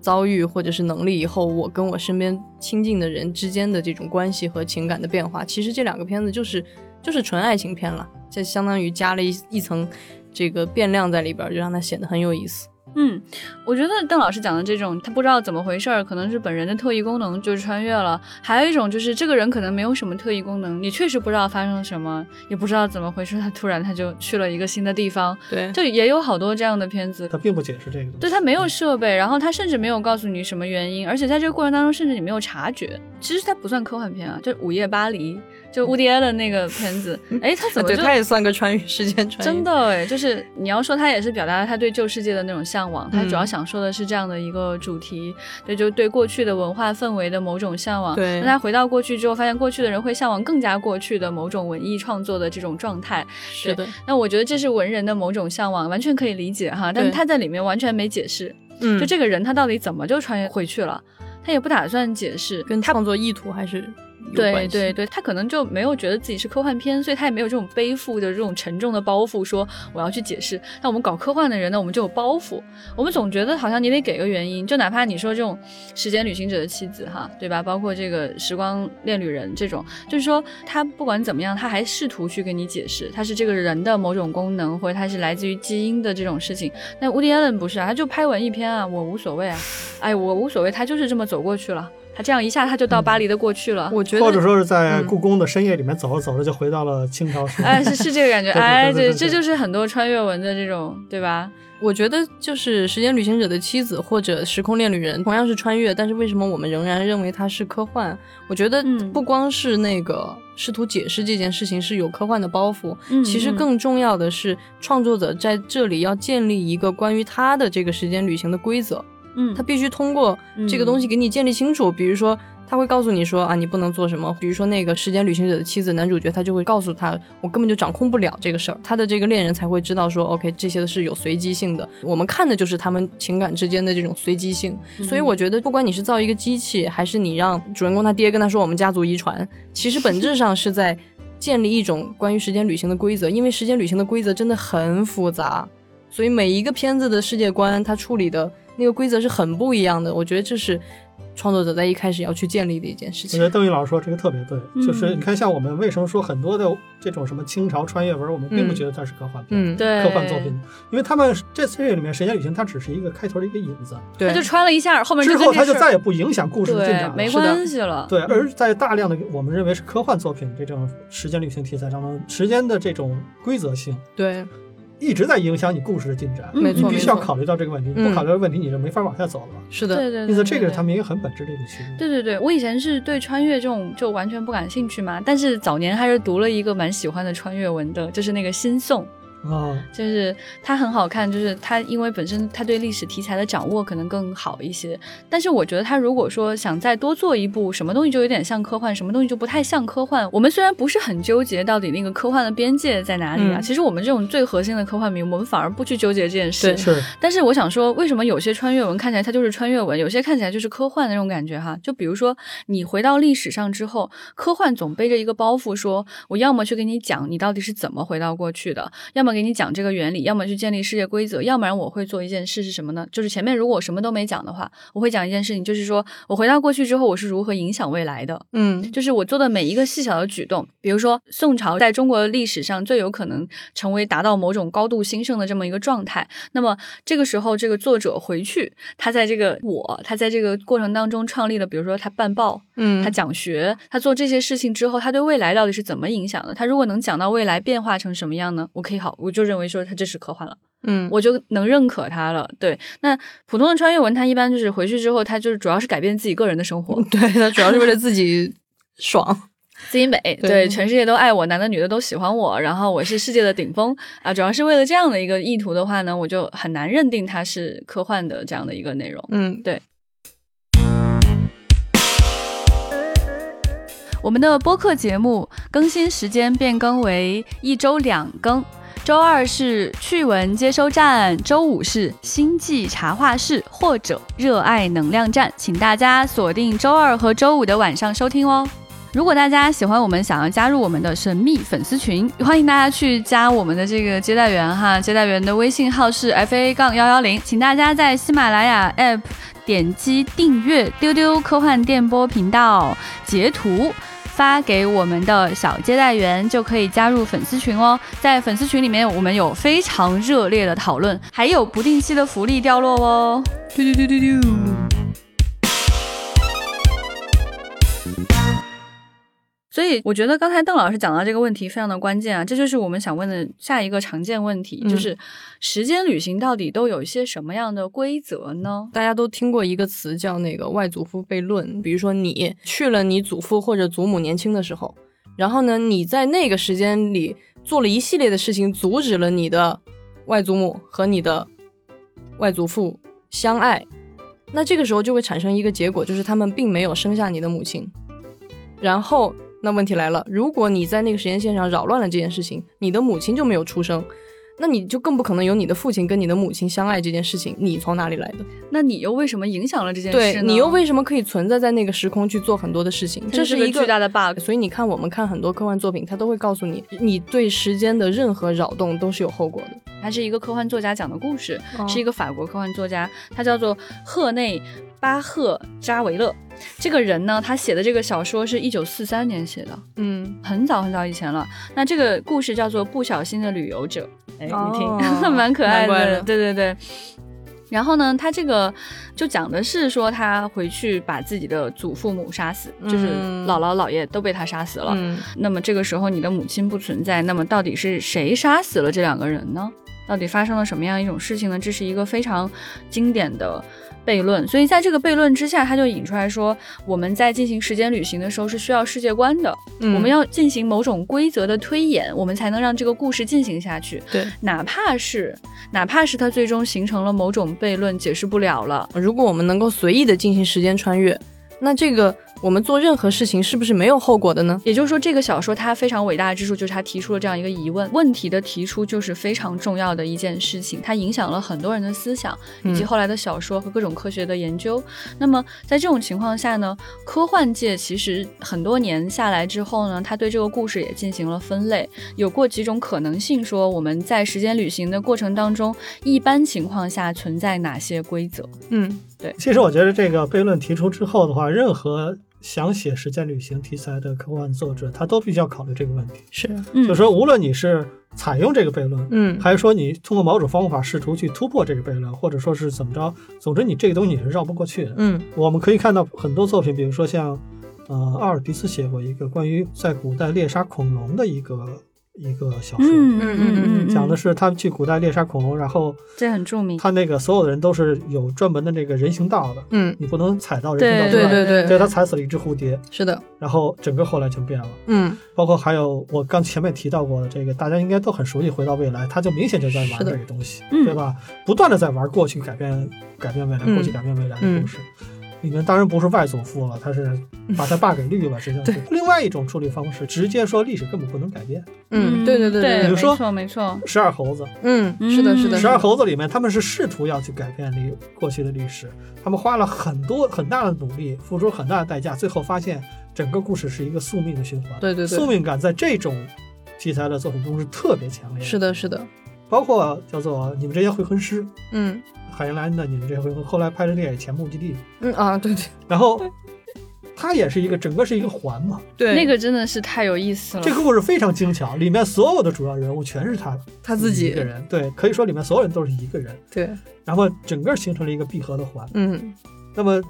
Speaker 3: 遭遇或者是能力以后，我跟我身边亲近的人之间的这种关系和情感的变化。其实这两个片子就是就是纯爱情片了，这相当于加了一一层这个变量在里边儿，就让它显得很有意思。
Speaker 1: 嗯，我觉得邓老师讲的这种，他不知道怎么回事儿，可能是本人的特异功能就是穿越了；还有一种就是这个人可能没有什么特异功能，你确实不知道发生了什么，也不知道怎么回事，他突然他就去了一个新的地方，
Speaker 3: 对
Speaker 1: 就也有好多这样的片子。
Speaker 2: 它并不解释这个东西。
Speaker 1: 对他没有设备，然后他甚至没有告诉你什么原因，而且在这个过程当中，甚至你没有察觉。其实它不算科幻片啊，就是《午夜巴黎》，就乌迪埃的那个片子。 哎，他怎么
Speaker 3: 啊对，
Speaker 1: 就
Speaker 3: 它也算个穿越时间穿越。
Speaker 1: 真的哎，就是你要说他也是表达了他对旧世界的那种向往，他
Speaker 3: 嗯
Speaker 1: 主要想说的是这样的一个主题，对，就对过去的文化氛围的某种向往。
Speaker 3: 对
Speaker 1: 那他回到过去之后，发现过去的人会向往更加过去的某种文艺创作的这种状态。
Speaker 3: 是的，
Speaker 1: 那我觉得这是文人的某种向往，完全可以理解哈。但是
Speaker 3: 对
Speaker 1: 他在里面完全没解释，
Speaker 3: 嗯，
Speaker 1: 就这个人他到底怎么就穿越回去了，他也不打算解释。
Speaker 3: 跟创作意图还是有
Speaker 1: 对
Speaker 3: 关系
Speaker 1: 对对，他可能就没有觉得自己是科幻片，所以他也没有这种背负的这种沉重的包袱，说我要去解释。那我们搞科幻的人呢，我们就有包袱，我们总觉得好像你得给个原因，就哪怕你说这种时间旅行者的妻子哈，对吧？包括这个时光恋旅人这种，就是说他不管怎么样，他还试图去给你解释，他是这个人的某种功能，或者他是来自于基因的这种事情。那 Woody Allen 不是啊，他就拍文艺片啊，我无所谓啊，哎，我无所谓，他就是这么走过去了。他这样一下，他就到巴黎的过去了。
Speaker 3: 我觉
Speaker 2: 或者
Speaker 3: 得
Speaker 2: 说是在
Speaker 3: 嗯
Speaker 2: 故宫的深夜里面走着走着就回到了清 朝时代。
Speaker 1: 哎，是是这个感觉，
Speaker 2: 对对
Speaker 1: 哎，
Speaker 2: 对对对
Speaker 1: 这
Speaker 2: 对
Speaker 1: 就是很多穿越文的这种，对吧？
Speaker 3: 我觉得就是《时间旅行者的妻子》或者《时空恋旅人》，同样是穿越，但是为什么我们仍然认为它是科幻？我觉得
Speaker 1: 嗯
Speaker 3: 不光是那个试图解释这件事情是有科幻的包袱，
Speaker 1: 嗯
Speaker 3: 其实更重要的是创作者在这里要建立一个关于他的这个时间旅行的规则，
Speaker 1: 嗯
Speaker 3: 他必须通过这个东西给你建立清楚。比如说，他会告诉你说啊，你不能做什么。比如说那个时间旅行者的妻子男主角，他就会告诉他，我根本就掌控不了这个事儿。他的这个恋人才会知道说，OK，这些是有随机性的。我们看的就是他们情感之间的这种随机性。所以我觉得，不管你是造一个机器，还是你让主人公他爹跟他说我们家族遗传，其实本质上是在。建立一种关于时间旅行的规则，因为时间旅行的规则真的很复杂，所以每一个片子的世界观，它处理的那个规则是很不一样的。我觉得这是创作者在一开始要去建立的一件事
Speaker 2: 我觉得
Speaker 3: 情。
Speaker 2: 邓毅老师说这个特别对，
Speaker 1: 嗯
Speaker 2: 就是你看，像我们为什么说很多的这种什么清朝穿越文，我们并不
Speaker 3: 嗯
Speaker 2: 觉得它是科幻片、
Speaker 3: 嗯，
Speaker 1: 对
Speaker 2: 科幻作品，因为他们这次这里面时间旅行它只是一个开头的一个引子，
Speaker 3: 对，
Speaker 1: 他就穿了一下，后面
Speaker 2: 之后
Speaker 1: 跟这
Speaker 2: 它就
Speaker 1: 事儿
Speaker 2: 再也不影响故事的进
Speaker 1: 对
Speaker 2: 展了。
Speaker 1: 没
Speaker 3: 是的
Speaker 1: 关系了。
Speaker 2: 对，而在大量的我们认为是科幻作品这种时间旅行题材当中，时间的这种规则性
Speaker 3: 对，
Speaker 2: 一直在影响你故事的进展。
Speaker 1: 嗯
Speaker 3: 没
Speaker 2: 你
Speaker 3: 错，
Speaker 2: 必
Speaker 3: 没
Speaker 2: 须要
Speaker 3: 错，
Speaker 2: 考虑到这个问题，你
Speaker 3: 嗯
Speaker 2: 不考虑到问题，你就没法往下走了。
Speaker 3: 是
Speaker 1: 对
Speaker 3: 的，
Speaker 1: 对对，
Speaker 2: 因此，这个
Speaker 1: 对
Speaker 2: 是他。们一个很本质的一个区别。
Speaker 1: 对对对，我以前是对穿越这种就完全不感兴趣嘛，但是早年还是读了一个蛮喜欢的穿越文的，就是那个《新宋》，
Speaker 2: 啊，
Speaker 1: 就是它很好看，就是它因为本身它对历史题材的掌握可能更好一些，但是我觉得它如果说想再多做一部，什么东西就有点像科幻，什么东西就不太像科幻。我们虽然不是很纠结到底那个科幻的边界在哪里啊，
Speaker 3: 嗯
Speaker 1: 其实我们这种最核心的科幻迷，我们反而不去纠结这件事
Speaker 3: 对。
Speaker 2: 是
Speaker 1: 但是我想说，为什么有些穿越文看起来它就是穿越文，有些看起来就是科幻那种感觉哈？就比如说你回到历史上之后，科幻总背着一个包袱说，我要么去给你讲你到底是怎么回到过去的，要么给你讲这个原理，要么去建立世界规则，要不然我会做一件事是什么呢？就是前面如果我什么都没讲的话，我会讲一件事情，就是说我回到过去之后我是如何影响未来的，
Speaker 3: 嗯
Speaker 1: 就是我做的每一个细小的举动，比如说宋朝在中国历史上最有可能成为达到某种高度兴盛的这么一个状态，那么这个时候这个作者回去，他在这个我，他在这个过程当中创立了，比如说他办报，
Speaker 3: 嗯，
Speaker 1: 他讲学，他做这些事情之后，他对未来到底是怎么影响的？他如果能讲到未来变化成什么样呢？我可以好，我就认为说他这是科幻了，
Speaker 3: 嗯
Speaker 1: 我就能认可他了。对，那普通的穿越文，他一般就是回去之后，他就是主要是改变自己个人的生活，
Speaker 3: 对他主要是为了自己爽，
Speaker 1: 自己美，
Speaker 3: 对
Speaker 1: 对，全世界都爱我，男的女的都喜欢我，然后我是世界的顶峰啊！主要是为了这样的一个意图的话呢，我就很难认定它是科幻的这样的一个内容。
Speaker 3: 嗯
Speaker 1: 我们的播客节目更新时间变更为一周两更，周二是趣闻接收站，周五是星际茶话室或者热爱能量站，请大家锁定周二和周五的晚上收听哦。如果大家喜欢我们，想要加入我们的神秘粉丝群，欢迎大家去加我们的这个接待员哈，接待员的微信号是 f a 杠幺幺零，请大家在喜马拉雅 app 点击订阅丢丢科幻电波频道，截图发给我们的小接待员，就可以加入粉丝群哦。在粉丝群里面，我们有非常热烈的讨论，还有不定期的福利掉落哦。
Speaker 3: 嘟嘟嘟嘟嘟，
Speaker 1: 所以我觉得刚才邓老师讲到这个问题非常的关键啊，这就是我们想问的下一个常见问题，
Speaker 3: 嗯
Speaker 1: 就是时间旅行到底都有一些什么样的规则呢？
Speaker 3: 大家都听过一个词叫那个外祖父悖论，比如说你去了你祖父或者祖母年轻的时候，然后呢你在那个时间里做了一系列的事情，阻止了你的外祖母和你的外祖父相爱，那这个时候就会产生一个结果，就是他们并没有生下你的母亲。然后，那问题来了，如果你在那个时间线上扰乱了这件事情，你的母亲就没有出生，那你就更不可能有你的父亲跟你的母亲相爱这件事情，你从哪里来的？
Speaker 1: 那你又为什么影响了这件事
Speaker 3: 对
Speaker 1: 呢？
Speaker 3: 你又为什么可以存在在那个时空去做很多的事情？
Speaker 1: 这
Speaker 3: 是
Speaker 1: 个
Speaker 3: 一呃
Speaker 1: 巨大的 bug。
Speaker 3: 所以你看，我们看很多科幻作品，它都会告诉你，你对时间的任何扰动都是有后果的。
Speaker 1: 它是一个科幻作家讲的故事，
Speaker 3: 哦
Speaker 1: 是一个法国科幻作家，他叫做赫内巴赫扎维勒。这个人呢，他写的这个小说是一九四三年写的，
Speaker 3: 嗯，
Speaker 1: 很早很早以前了。那这个故事叫做《不小心的旅游者》，哎，你听，
Speaker 3: 哦
Speaker 1: 蛮可
Speaker 3: 难
Speaker 1: 爱
Speaker 3: 怪
Speaker 1: 的，
Speaker 3: 了
Speaker 1: 对对对。然后呢，他这个就讲的是说，他回去把自己的祖父母杀死，就是
Speaker 3: 嗯
Speaker 1: 姥姥姥爷都被他杀死了。
Speaker 3: 嗯，
Speaker 1: 那么这个时候你的母亲不存在，那么到底是谁杀死了这两个人呢？到底发生了什么样一种事情呢？这是一个非常经典的悖论，所以在这个悖论之下，他就引出来说，我们在进行时间旅行的时候是需要世界观的，我们要进行某种规则的推演，我们才能让这个故事进行下去。
Speaker 3: 对。
Speaker 1: 哪怕是哪怕是它最终形成了某种悖论，解释不了了，
Speaker 3: 如果我们能够随意的进行时间穿越，那这个我们做任何事情是不是没有后果的呢？
Speaker 1: 也就是说，这个小说它非常伟大之处就是它提出了这样一个疑问，问题的提出就是非常重要的一件事情，它影响了很多人的思想，以及
Speaker 3: 嗯
Speaker 1: 后来的小说和各种科学的研究。那么在这种情况下呢，科幻界其实很多年下来之后呢，它对这个故事也进行了分类，有过几种可能性，说我们在时间旅行的过程当中，一般情况下存在哪些规则？
Speaker 3: 嗯，
Speaker 2: 其实我觉得这个悖论提出之后的话，任何想写时间旅行题材的科幻作者，他都必须要考虑这个问题。
Speaker 3: 是，
Speaker 1: 嗯
Speaker 2: 就是说，无论你是采用这个悖论，
Speaker 3: 嗯
Speaker 2: 还是说你通过某种方法试图去突破这个悖论，或者说是怎么着，总之你这个东西你是绕不过去的。
Speaker 3: 嗯
Speaker 2: 我们可以看到很多作品，比如说像，呃，阿尔迪斯写过一个关于在古代猎杀恐龙的一个一个小说，
Speaker 1: 嗯
Speaker 3: 嗯嗯
Speaker 2: 讲的是他们去古代猎杀恐龙，然后
Speaker 1: 这很著名，
Speaker 2: 他那个所有的人都是有专门的那个人行道的，
Speaker 3: 嗯，
Speaker 2: 你不能踩到人行道
Speaker 1: 对
Speaker 2: 之外。
Speaker 3: 对对
Speaker 2: 对他踩死了一只蝴蝶，
Speaker 3: 是的，
Speaker 2: 然后整个后来就变了。
Speaker 3: 嗯，
Speaker 2: 包括还有我刚前面提到过的这个，大家应该都很熟悉《回到未来》，他就明显就在玩
Speaker 3: 是的
Speaker 2: 这个东西，
Speaker 1: 嗯
Speaker 2: 对吧？不断的在玩过去改变、改变未来，
Speaker 3: 嗯
Speaker 2: 过去改变未来的故事。里面当然不是外祖父了，他是把他爸给绿了，实际上是
Speaker 3: 对
Speaker 2: 另外一种处理方式，直接说历史根本不能改变。
Speaker 3: 嗯，对对对
Speaker 1: 对，
Speaker 2: 比如
Speaker 1: 没
Speaker 2: 说
Speaker 1: 错没错，
Speaker 2: 十二猴子，
Speaker 3: 嗯，是的，是的，
Speaker 2: 十二猴子里面他们是试图要去改变历过去的历史，他们花了很多很大的努力，付出很大的代价，最后发现整个故事是一个宿命的循环。
Speaker 3: 对对对
Speaker 2: 宿命感在这种题材的作品中是特别强烈的。
Speaker 3: 是的，是的，
Speaker 2: 包括叫做你们这些回魂师，
Speaker 3: 嗯
Speaker 2: 海因莱恩的你们这些回魂，后来拍的电影《前目的地》，
Speaker 3: 嗯啊，对对嗯
Speaker 2: 然后它也是一个整个是一个环嘛。
Speaker 3: 对，
Speaker 1: 那个真的是太有意思了。
Speaker 2: 这个故事非常精巧，里面所有的主要人物全是他
Speaker 3: 他自己
Speaker 2: 一个人，对，可以说里面所有人都是一个人，
Speaker 3: 对，
Speaker 2: 然后整个形成了一个闭合的环。
Speaker 3: 嗯
Speaker 2: 那么，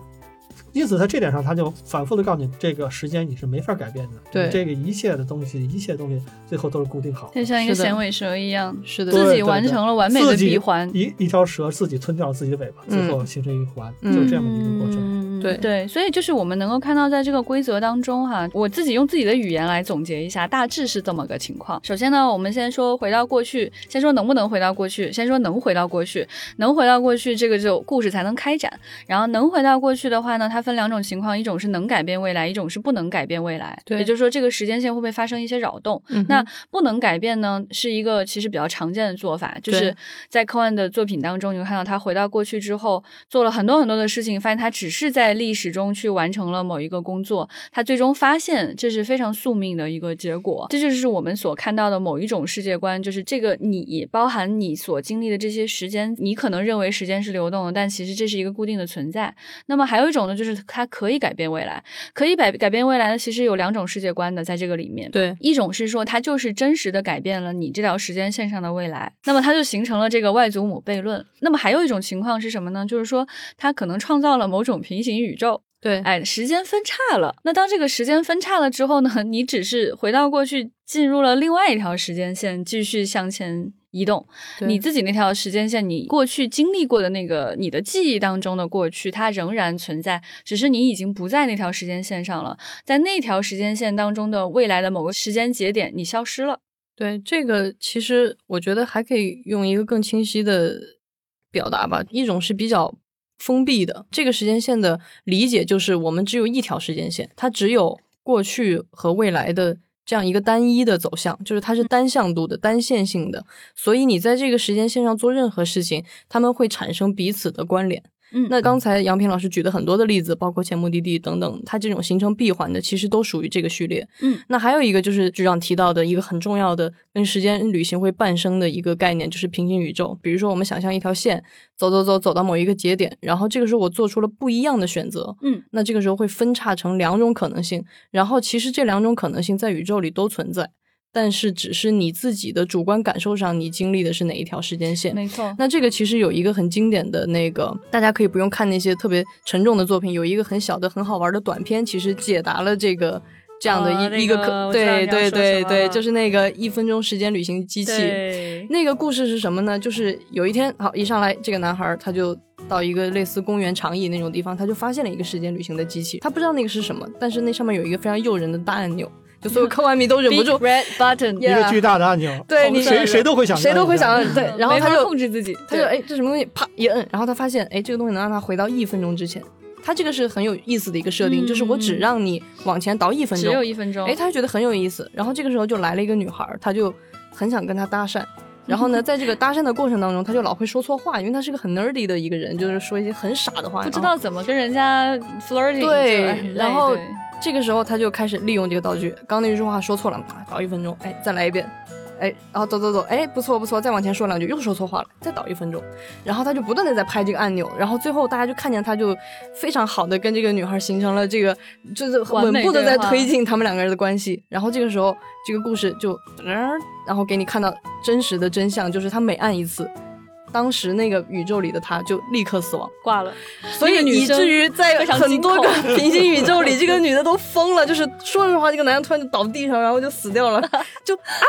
Speaker 2: 因此在这点上，他就反复的告诉你，这个时间你是没法改变的，
Speaker 3: 对
Speaker 2: 这个一切的东西，一切东西最后都是固定好的。
Speaker 1: 就像一个
Speaker 3: 是的
Speaker 1: 响尾蛇一样，
Speaker 3: 是的，
Speaker 2: 对
Speaker 1: 自己完成了完美的
Speaker 2: 自己
Speaker 1: 闭环，
Speaker 2: 一一条蛇自己吞掉了自己的尾巴，最后形成一个环，
Speaker 3: 嗯
Speaker 2: 就是这样的一个过程。
Speaker 1: 嗯
Speaker 3: 对
Speaker 1: 对，所以就是我们能够看到，在这个规则当中哈，我自己用自己的语言来总结一下，大致是这么个情况。首先呢，我们先说回到过去，先说能不能回到过去，先说能回到过去，能回到过去，这个就故事才能开展。然后能回到过去的话呢，它分两种情况，一种是能改变未来，一种是不能改变未来。
Speaker 3: 对
Speaker 1: 也就是说这个时间线会不会发生一些扰动？
Speaker 3: 嗯哼
Speaker 1: 那不能改变呢，是一个其实比较常见的做法，就
Speaker 3: 对
Speaker 1: 是在科幻的作品当中，你会看到他回到过去之后，做了很多很多的事情，发现他只是在历史中去完成了某一个工作，他最终发现这是非常宿命的一个结果。这就是我们所看到的某一种世界观，就是这个你包含你所经历的这些时间，你可能认为时间是流动的，但其实这是一个固定的存在。那么还有一种呢，就是它可以改变未来，可以改改变未来的，其实有两种世界观的在这个里面。
Speaker 3: 对
Speaker 1: 一种是说它就是真实的改变了你这条时间线上的未来，那么它就形成了这个外祖母悖论。那么还有一种情况是什么呢？就是说它可能创造了某种平行宇宙，
Speaker 3: 对，
Speaker 1: 哎，时间分叉了。那当这个时间分叉了之后呢，你只是回到过去，进入了另外一条时间线，继续向前移动。
Speaker 3: 对
Speaker 1: 你自己那条时间线，你过去经历过的那个你的记忆当中的过去，它仍然存在，只是你已经不在那条时间线上了，在那条时间线当中的未来的某个时间节点，你消失了。
Speaker 3: 对这个，其实我觉得还可以用一个更清晰的表达吧。一种是比较封闭的，这个时间线的理解就是我们只有一条时间线，它只有过去和未来的这样一个单一的走向，就是它是单向度的、单线性的。所以你在这个时间线上做任何事情，它们会产生彼此的关联。
Speaker 1: 嗯
Speaker 3: 那刚才杨平老师举的很多的例子，包括前目的地等等，它这种形成闭环的，其实都属于这个序列。
Speaker 1: 嗯，
Speaker 3: 那还有一个就是局长提到的一个很重要的跟时间旅行会伴生的一个概念，就是平行宇宙。比如说，我们想象一条线走走走走到某一个节点，然后这个时候我做出了不一样的选择，
Speaker 1: 嗯，
Speaker 3: 那这个时候会分叉成两种可能性，然后其实这两种可能性在宇宙里都存在。但是，只是你自己的主观感受上，你经历的是哪一条时间线？
Speaker 1: 没错，
Speaker 3: 那这个其实有一个很经典的那个，大家可以不用看那些特别沉重的作品，有一个很小的、很好玩的短片，其实解答了这个。这样的一、
Speaker 1: 哦那
Speaker 3: 一个
Speaker 1: 个
Speaker 3: 可
Speaker 1: 我知道
Speaker 3: 对
Speaker 1: 你要说
Speaker 3: 对对
Speaker 1: 什么
Speaker 3: 对，
Speaker 1: 了
Speaker 3: 就是那个一分钟时间旅行机器。
Speaker 1: 对，
Speaker 3: 那个故事是什么呢？就是有一天，好一上来，这个男孩儿他就到一个类似公园长椅那种地方，他就发现了一个时间旅行的机器，他不知道那个是什么，但是那上面有一个非常诱人的大按钮，就所有科幻迷都忍不住
Speaker 1: Big red button，
Speaker 2: 一
Speaker 3: Yeah
Speaker 2: 个巨大的按钮，
Speaker 3: 对
Speaker 1: 红
Speaker 3: 你
Speaker 1: 色
Speaker 2: 谁
Speaker 1: 的
Speaker 2: 谁都会想，
Speaker 3: 谁都会想到，对， 然后
Speaker 1: 没
Speaker 3: 他
Speaker 1: 法
Speaker 3: 就
Speaker 1: 控制自己，
Speaker 3: 他就哎，这什么东西，啪一摁，然后他发现哎，这个东西能让他回到一分钟之前。他这个是很有意思的一个设定，
Speaker 1: 嗯
Speaker 3: 就是我只让你往前倒一分
Speaker 1: 只有
Speaker 3: 钟，
Speaker 1: 一分钟，
Speaker 3: 哎，他就觉得很有意思。然后这个时候就来了一个女孩儿，他就很想跟她搭讪。然 后呢，在这个搭讪的过程当中，他就老会说错话，因为他是个很 nerdy 的一个人，就是说一些很傻的话。
Speaker 1: 不知
Speaker 3: 然后
Speaker 1: 道怎么跟人家 flirting，
Speaker 3: 对
Speaker 1: 就哎很累
Speaker 3: 然后
Speaker 1: 对
Speaker 3: 这个时候他就开始利用这个道具，刚那句话说错了，啊倒一分钟，哎，再来一遍，哎，然后走走走，哎，不错不错，再往前说两句，又说错话了，再倒一分钟，然后他就不断的在拍这个按钮，然后最后大家就看见他就非常好的跟这个女孩形成了这个就是
Speaker 1: 完
Speaker 3: 稳
Speaker 1: 美
Speaker 3: 步的在
Speaker 1: 对话
Speaker 3: 推进他们两个人的关系，然后这个时候这个故事就，然后给你看到真实的真相，就是他每按一次。当时那个宇宙里的他就立刻死亡，
Speaker 1: 挂了。
Speaker 3: 所以
Speaker 1: 那个女
Speaker 3: 以
Speaker 1: 生
Speaker 3: 至于在
Speaker 1: 非常
Speaker 3: 很
Speaker 1: 惊
Speaker 3: 多个
Speaker 1: 恐
Speaker 3: 平行宇宙里，这个女的都疯了。就是说实话，这个男的突然就倒地上，然后就死掉了，就啊，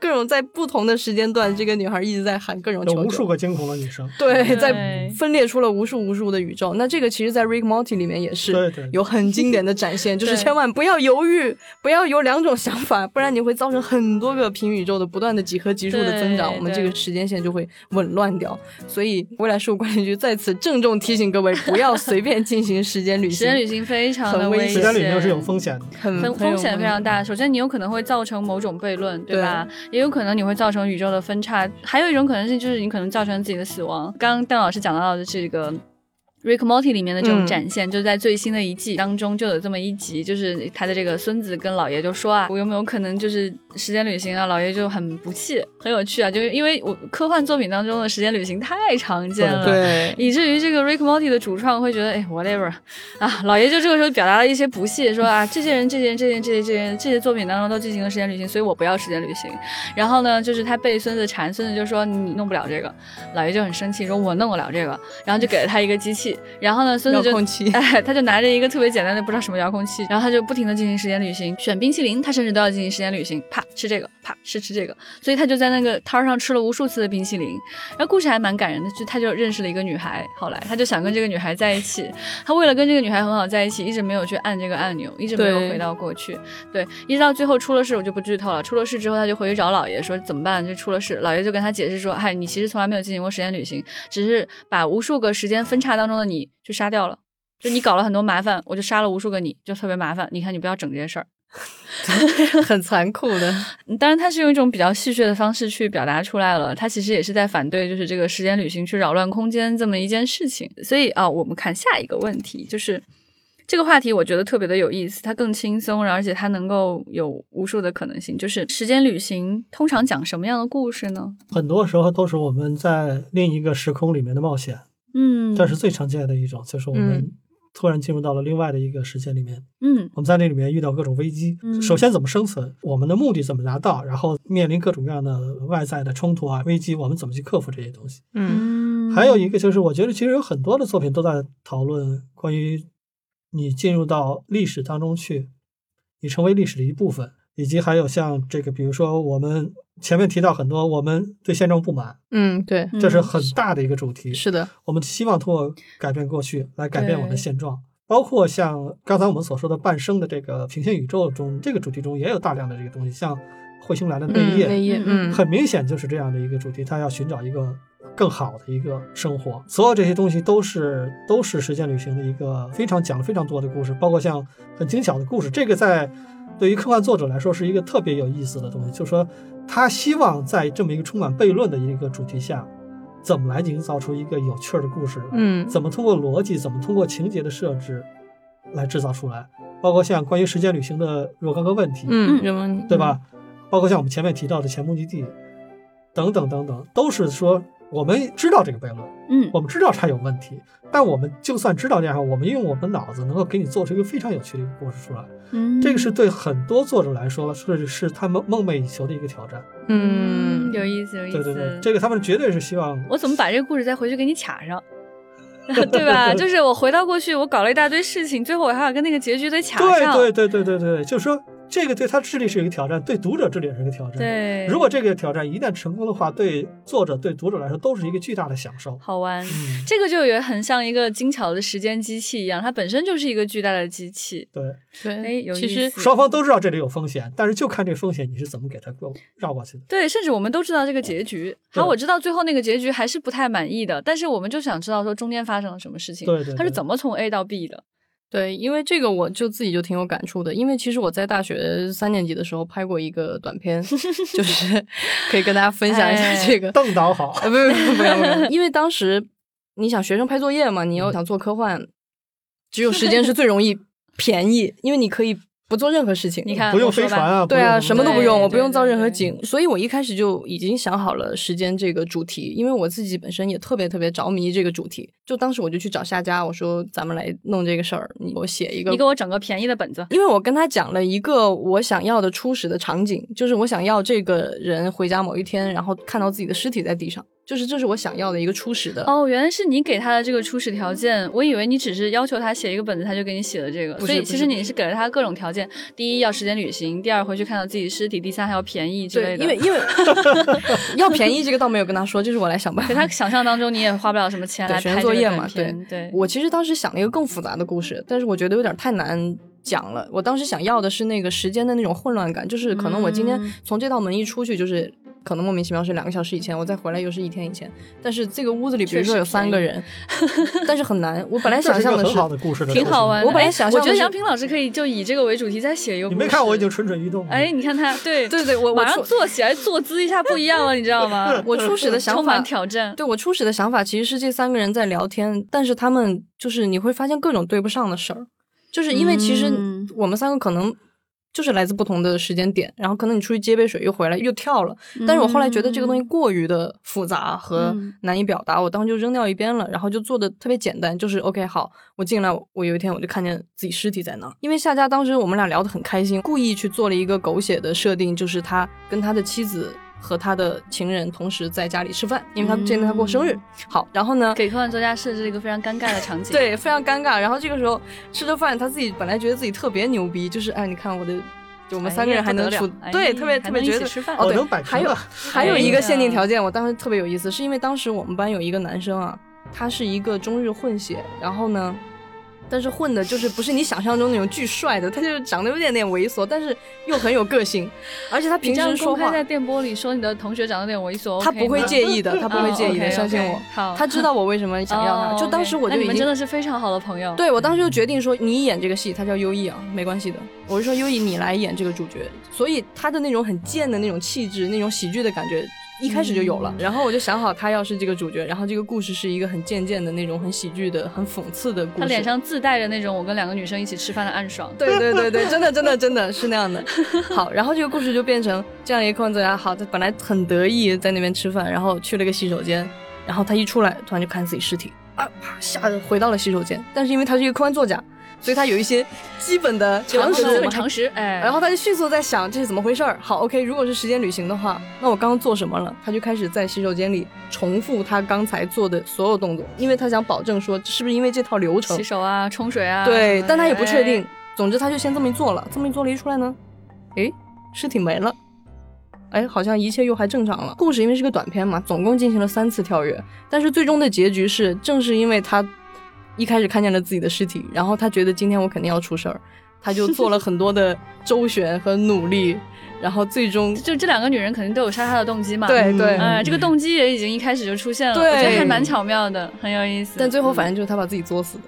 Speaker 3: 各种在不同的时间段，这个女孩一直在喊各种
Speaker 2: 有
Speaker 3: 求
Speaker 2: 无数
Speaker 3: 救。
Speaker 2: 个惊恐的女生，
Speaker 3: 对，
Speaker 1: 对
Speaker 3: 在分裂出了无数无数的宇宙。那这个其实，在 Rick Morty 里面也
Speaker 2: 对
Speaker 3: 是
Speaker 2: 对
Speaker 3: 有很经典的展现，就是
Speaker 1: 对
Speaker 3: 千万不要犹豫，不要有两种想法，不然你会造成很多个平宇宙的不断的几何级数的增长，
Speaker 1: 对
Speaker 3: 我们
Speaker 1: 对
Speaker 3: 这个时间线就会紊乱掉。所以未来事务管理局在此郑重提醒各位，不要随便进行时间 旅
Speaker 1: 时
Speaker 3: 行，
Speaker 1: 间旅行非常的
Speaker 3: 很危
Speaker 1: 危险，
Speaker 3: 险
Speaker 2: 时间旅行是有风险的。
Speaker 3: 很
Speaker 1: 风风险非常。大。首先，你有可能会造成某种悖论，对吧？也有可能你会造成宇宙的分叉。还有一种可能性就是你可能造成自己的死亡。刚刚邓老师讲到的这个。 Rick Morty 里面的这种
Speaker 3: 嗯
Speaker 1: 展现，就在最新的一季当中就有这么一集，就是他的这个孙子跟姥爷就说啊，我有没有可能就是时间旅行啊？姥爷就很不屑，很有趣啊，就是因为我科幻作品当中的时间旅行太常见了，
Speaker 3: 对，
Speaker 1: 以至于这个 Rick Morty 的主创会觉得，哎，whatever，啊，老爷就这个时候表达了一些不屑，说啊，这些人、这些人、这些人、这些、这些人、这些作品当中都进行了时间旅行，所以我不要时间旅行。然后呢，就是他被孙子缠，孙子就说你弄不了这个，老爷就很生气，说我弄得了这个，然后就给了他一个机器，然后呢，孙子
Speaker 3: 遥
Speaker 1: 就
Speaker 3: 控器
Speaker 1: 哎，他就拿着一个特别简单的不知道什么遥控器，然后他就不停的进行时间旅行，选冰淇淋，他甚至都要进行时间旅行，啪吃这个，啪吃吃这个，所以他就在那个摊儿上吃了无数次的冰淇淋。然后故事还蛮感人的，就他就认识了一个女孩，后来他就想跟这个女孩在一起， 他为了跟这个女孩很好在一起，一直没有去按这个按钮，一直没有
Speaker 3: 对
Speaker 1: 回到过去，对，一直到最后出了事，我就不剧透了。出了事之后，他就回去找姥爷说怎么办，就出了事，姥爷就跟他解释说，嗨，你其实从来没有进行过时间旅行，只是把无数个时间分叉当中的你就杀掉了。就你搞了很多麻烦，我就杀了无数个你，就特别麻烦。你看，你不要整这些事儿。
Speaker 3: 很残酷的。
Speaker 1: 嗯当然，他是用一种比较戏谑的方式去表达出来了。他其实也是在反对，就是这个时间旅行去扰乱空间这么一件事情。所以啊、我们看下一个问题，就是这个话题，我觉得特别的有意思，它更轻松，而且它能够有无数的可能性。就是时间旅行通常讲什么样的故事呢？
Speaker 2: 很多时候都是我们在另一个时空里面的冒险，
Speaker 1: 嗯，
Speaker 2: 这是最常见的一种，就是我
Speaker 3: 嗯
Speaker 2: 们突然进入到了另外的一个时间里面，
Speaker 1: 嗯
Speaker 2: 我们在那里面遇到各种危机
Speaker 1: 嗯。
Speaker 2: 首先怎么生存，我们的目的怎么达到，然后面临各种各样的外在的冲突啊、危机，我们怎么去克服这些东西。
Speaker 3: 嗯
Speaker 1: 嗯，
Speaker 2: 还有一个就是，我觉得其实有很多的作品都在讨论关于你进入到历史当中去，你成为历史的一部分，以及还有像这个，比如说我们前面提到很多，我们对现状不满，
Speaker 3: 嗯，对，
Speaker 1: 嗯
Speaker 2: 这是很大的一个主题。
Speaker 3: 是的，
Speaker 2: 我们希望通过改变过去来改变我们的
Speaker 1: 对
Speaker 2: 现状，包括像刚才我们所说的半生的这个平行宇宙中，这个主题中也有大量的这个东西，像彗星来的那
Speaker 3: 嗯
Speaker 2: 一夜，
Speaker 3: 内页，
Speaker 1: 嗯
Speaker 3: 嗯，
Speaker 2: 很明显就是这样的一个主题，他要寻找一个更好的一个生活。所有这些东西都是都是时间旅行的一个非常讲了非常多的故事，包括像很精巧的故事。这个在对于科幻作者来说是一个特别有意思的东西，就是说他希望在这么一个充满悖论的一个主题下，怎么来营造出一个有趣儿的故事，
Speaker 3: 嗯，
Speaker 2: 怎么通过逻辑，怎么通过情节的设置来制造出来。包括像关于时间旅行的若干个问题，
Speaker 3: 嗯，人们
Speaker 2: 对？吧？包括像我们前面提到的前目的地，等等等等，都是说我们知道这个悖论，
Speaker 1: 嗯
Speaker 2: 我们知道它有问题，但我们就算知道这样，我们用我们脑子能够给你做出一个非常有趣的一个故事出来，
Speaker 1: 嗯，
Speaker 2: 这个是对很多作者来说是是他们梦寐以求的一个挑战。
Speaker 3: 嗯，
Speaker 1: 有意思，有意
Speaker 2: 对
Speaker 1: 思，
Speaker 2: 对对，这个他们绝对是希望。
Speaker 1: 我怎么把这个故事再回去给你卡上？ 对吧？就是我回到过去，我搞了一大堆事情，最后我还要跟那个结局得卡上。
Speaker 2: 对对对对对对，就是说这个对他智力是一个挑战，对读者智力也是一个挑战。。
Speaker 1: 对
Speaker 2: 如果这个挑战一旦成功的话，对作者、对读者来说都是一个巨大的享受。
Speaker 1: 好玩，
Speaker 2: 嗯，
Speaker 1: 这个就也很像一个精巧的时间机器一样，它本身就是一个巨大的机器。
Speaker 2: 对。
Speaker 1: 哎
Speaker 3: 对，
Speaker 1: 有
Speaker 3: 其
Speaker 1: 意
Speaker 3: 实
Speaker 1: 思
Speaker 2: 双方都知道这里有风险，但是就看这个风险你是怎么给它过绕过去的。
Speaker 1: 对，甚至我们都知道这个结局。
Speaker 2: 对
Speaker 1: 好，我知道最后那个结局还是不太满意的，但是我们就想知道说中间发生了什么事情，
Speaker 2: 对对
Speaker 1: 它是
Speaker 2: 对
Speaker 1: 怎么从 A 到 B 的。
Speaker 3: 对，因为这个我就自己就挺有感触的，因为其实我在大学三年级的时候拍过一个 短片，就是可以跟大家分享一下
Speaker 1: 哎
Speaker 3: 这个。
Speaker 2: 邓导好，
Speaker 3: 呃，不是不是不要不 要，因为当时你想学生拍作业嘛，你
Speaker 1: 嗯
Speaker 3: 又想做科幻，只有时间是最 容易便宜，因为你可以不做任何事情。
Speaker 1: 你看，
Speaker 2: 不用
Speaker 1: 我说
Speaker 2: 飞
Speaker 1: 吧
Speaker 2: 船啊，
Speaker 3: 对啊，
Speaker 2: 不用
Speaker 3: 什么都不用，
Speaker 1: 对
Speaker 3: 我不用造任何
Speaker 1: 对对
Speaker 3: 景，所以我一开始就已经想好了时间这个主题，因为我自己本身也特别特别着迷这个主题，就当时我就去找夏家，我说咱们来弄这个事儿，你给我写一个
Speaker 1: 你给我整个便宜的本子。
Speaker 3: 因为我跟他讲了一个我想要的初始的场景，就是我想要这个人回家某一天，然后看到自己的尸体在地上，就是这是我想要的一个初始的。
Speaker 1: 哦，原来是你给他的这个初始条件，我以为你只是要求他写一个本子，他就给你写了这个，
Speaker 3: 不
Speaker 1: 所以
Speaker 3: 是不
Speaker 1: 其实
Speaker 3: 是
Speaker 1: 你是给了他各种条件：第一要时间旅行，第二回去看到自己尸体，第三还要便宜之
Speaker 3: 对，
Speaker 1: 类的。
Speaker 3: 因为因为 要便宜这个倒没有跟他说，这是我来想办
Speaker 1: 给
Speaker 3: 法。
Speaker 1: 他想象当中你也花不了什么钱
Speaker 3: 对
Speaker 1: 来
Speaker 3: 学
Speaker 1: 拍这
Speaker 3: 生
Speaker 1: 个
Speaker 3: 作业
Speaker 1: 短
Speaker 3: 嘛，对
Speaker 1: 片对，
Speaker 3: 我其实当时想了一个更复杂的故事，但是我觉得有点太难讲了。我当时想要的是那个时间的那种混乱感，就是可能我今天
Speaker 1: 嗯
Speaker 3: 从这道门一出去，就是可能莫名其妙是两个小时以前，我再回来又是一天以前。但是这个屋子里，比如
Speaker 1: 确实
Speaker 3: 说有三个人， 但是很难。我本来
Speaker 2: 这
Speaker 3: 想
Speaker 2: 是
Speaker 3: 象
Speaker 2: 个
Speaker 3: 的
Speaker 2: 很
Speaker 3: 是，
Speaker 2: 好的故事的
Speaker 1: 挺
Speaker 2: 雏
Speaker 1: 好
Speaker 2: 形
Speaker 1: 玩的。
Speaker 3: 我本来
Speaker 1: 哎
Speaker 3: 想
Speaker 1: 我
Speaker 3: 象
Speaker 1: 觉得
Speaker 3: 的是
Speaker 1: 杨平老师可以就以这个为主题再写一个。
Speaker 2: 你没看我已经。蠢蠢欲动了。
Speaker 1: 哎，，你看他，对
Speaker 3: 对对，我我
Speaker 1: 马上
Speaker 3: 出
Speaker 1: 坐起来，坐姿一下不一样了，你知道吗？
Speaker 3: 我 初始的想
Speaker 1: 充
Speaker 3: 法
Speaker 1: 满挑战。
Speaker 3: 对我初始的想法其实是这三个人在聊天，但是他们就是你会发现各种对不上的事儿，就是因为其实
Speaker 1: 嗯
Speaker 3: 我们三个可能就是来自不同的时间点，然后可能你出去接杯水又回来又跳了，但是我后来觉得这个东西过于的复杂和
Speaker 1: 嗯
Speaker 3: 难以表达，我当时就扔掉一边了，然后就做的特别简单，就是 OK 好，我进来，我有一天我就看见自己尸体在那儿，因为夏家当时我们俩聊得很开心，故意去做了一个狗血的设定，就是他跟他的妻子。和他的情人同时在家里吃饭，因为他
Speaker 1: 嗯
Speaker 3: 今天他过生日。好，然后呢，
Speaker 1: 给科幻作家设置了一个非常尴尬的场景。，
Speaker 3: 对，非常尴尬。然后这个时候吃着饭，他自己本来觉得自己特别牛逼，就是哎，你看我的，就
Speaker 1: 哎
Speaker 3: 我们三个人还能处，对，特别特别觉得
Speaker 1: 吃饭。
Speaker 3: 哦
Speaker 2: 我
Speaker 3: 对
Speaker 2: 能摆
Speaker 3: 还
Speaker 2: 平
Speaker 3: 有
Speaker 2: 了。
Speaker 3: 还有一个限定
Speaker 1: 哎呀
Speaker 3: 条件，我当时特别有意思，是因为当时我们班有一个男生啊，他是一个中日混血，然后呢，但是混的就是不是你想象中那种巨帅的，他就是长得有点点猥琐，但是又很有个性，而且他
Speaker 1: 你
Speaker 3: 平
Speaker 1: 这样
Speaker 3: 时
Speaker 1: 公
Speaker 3: 说
Speaker 1: 开
Speaker 3: 话
Speaker 1: 在电波里说你的同学长得有点猥琐，
Speaker 3: 他不会介意的，
Speaker 1: 他
Speaker 3: 他不会介意的，相信我。
Speaker 1: 嗯好，
Speaker 3: 他知道我为什么想要他，
Speaker 1: 哦
Speaker 3: 就当时我
Speaker 1: 那
Speaker 3: 就
Speaker 1: 你
Speaker 3: 已
Speaker 1: 们
Speaker 3: 经
Speaker 1: 真的是非常好的朋友。，
Speaker 3: 对我当时就决定说，你演这个戏，他叫优一啊，没关系的。我就说优一，你来演这个主角，所以他的那种很贱的那种气质，那种喜剧的感觉。一开始就有了，然后我就想好，他要是这个主角，然后这个故事是一个很贱贱的那种、很喜剧的、很讽刺的故事。
Speaker 1: 他脸上自带着那种我跟两个女生一起吃饭的暗爽。
Speaker 3: 对对对对，真的真的真的是那样的。好，然后这个故事就变成这样一个困作家，好，他本来很得意在那边吃饭，然后去了个洗手间，然后他一出来，突然就看自己尸体，啊，啪，吓得回到了洗手间。但是因为他是一个科幻作家，所以他有一些基本的常识，
Speaker 1: 基本
Speaker 3: 我还
Speaker 1: 常识，哎，
Speaker 3: 然后他就迅速在想这是怎么回事儿。好，OK，如果是时间旅行的话，那我刚刚做什么了？他就开始在洗手间里重复他刚才做的所有动作，因为他想保证说是不是因为这套流程
Speaker 1: 洗手啊，冲水啊，
Speaker 3: 对，但他也不确定
Speaker 1: 哎。。
Speaker 3: 总之，他就先这么一做了，这么一做了，一出来呢，诶，尸体没了。哎，好像一切又还正常了。故事因为是个短片嘛，总共进行了三次跳跃，但是最终的结局是，正是因为他一开始看见了自己的尸体，然后他觉得今天我肯定要出事儿，他就做了很多的周旋和努力，然后最终
Speaker 1: 就这两个女人肯定都有杀他的动机嘛。
Speaker 3: 对对，
Speaker 2: 嗯
Speaker 1: 哎，这个动机也已经一开始就出现了，
Speaker 3: 对
Speaker 1: 我觉得还蛮巧妙的，很有意思。
Speaker 3: 但最后反正就是他把自己作死的。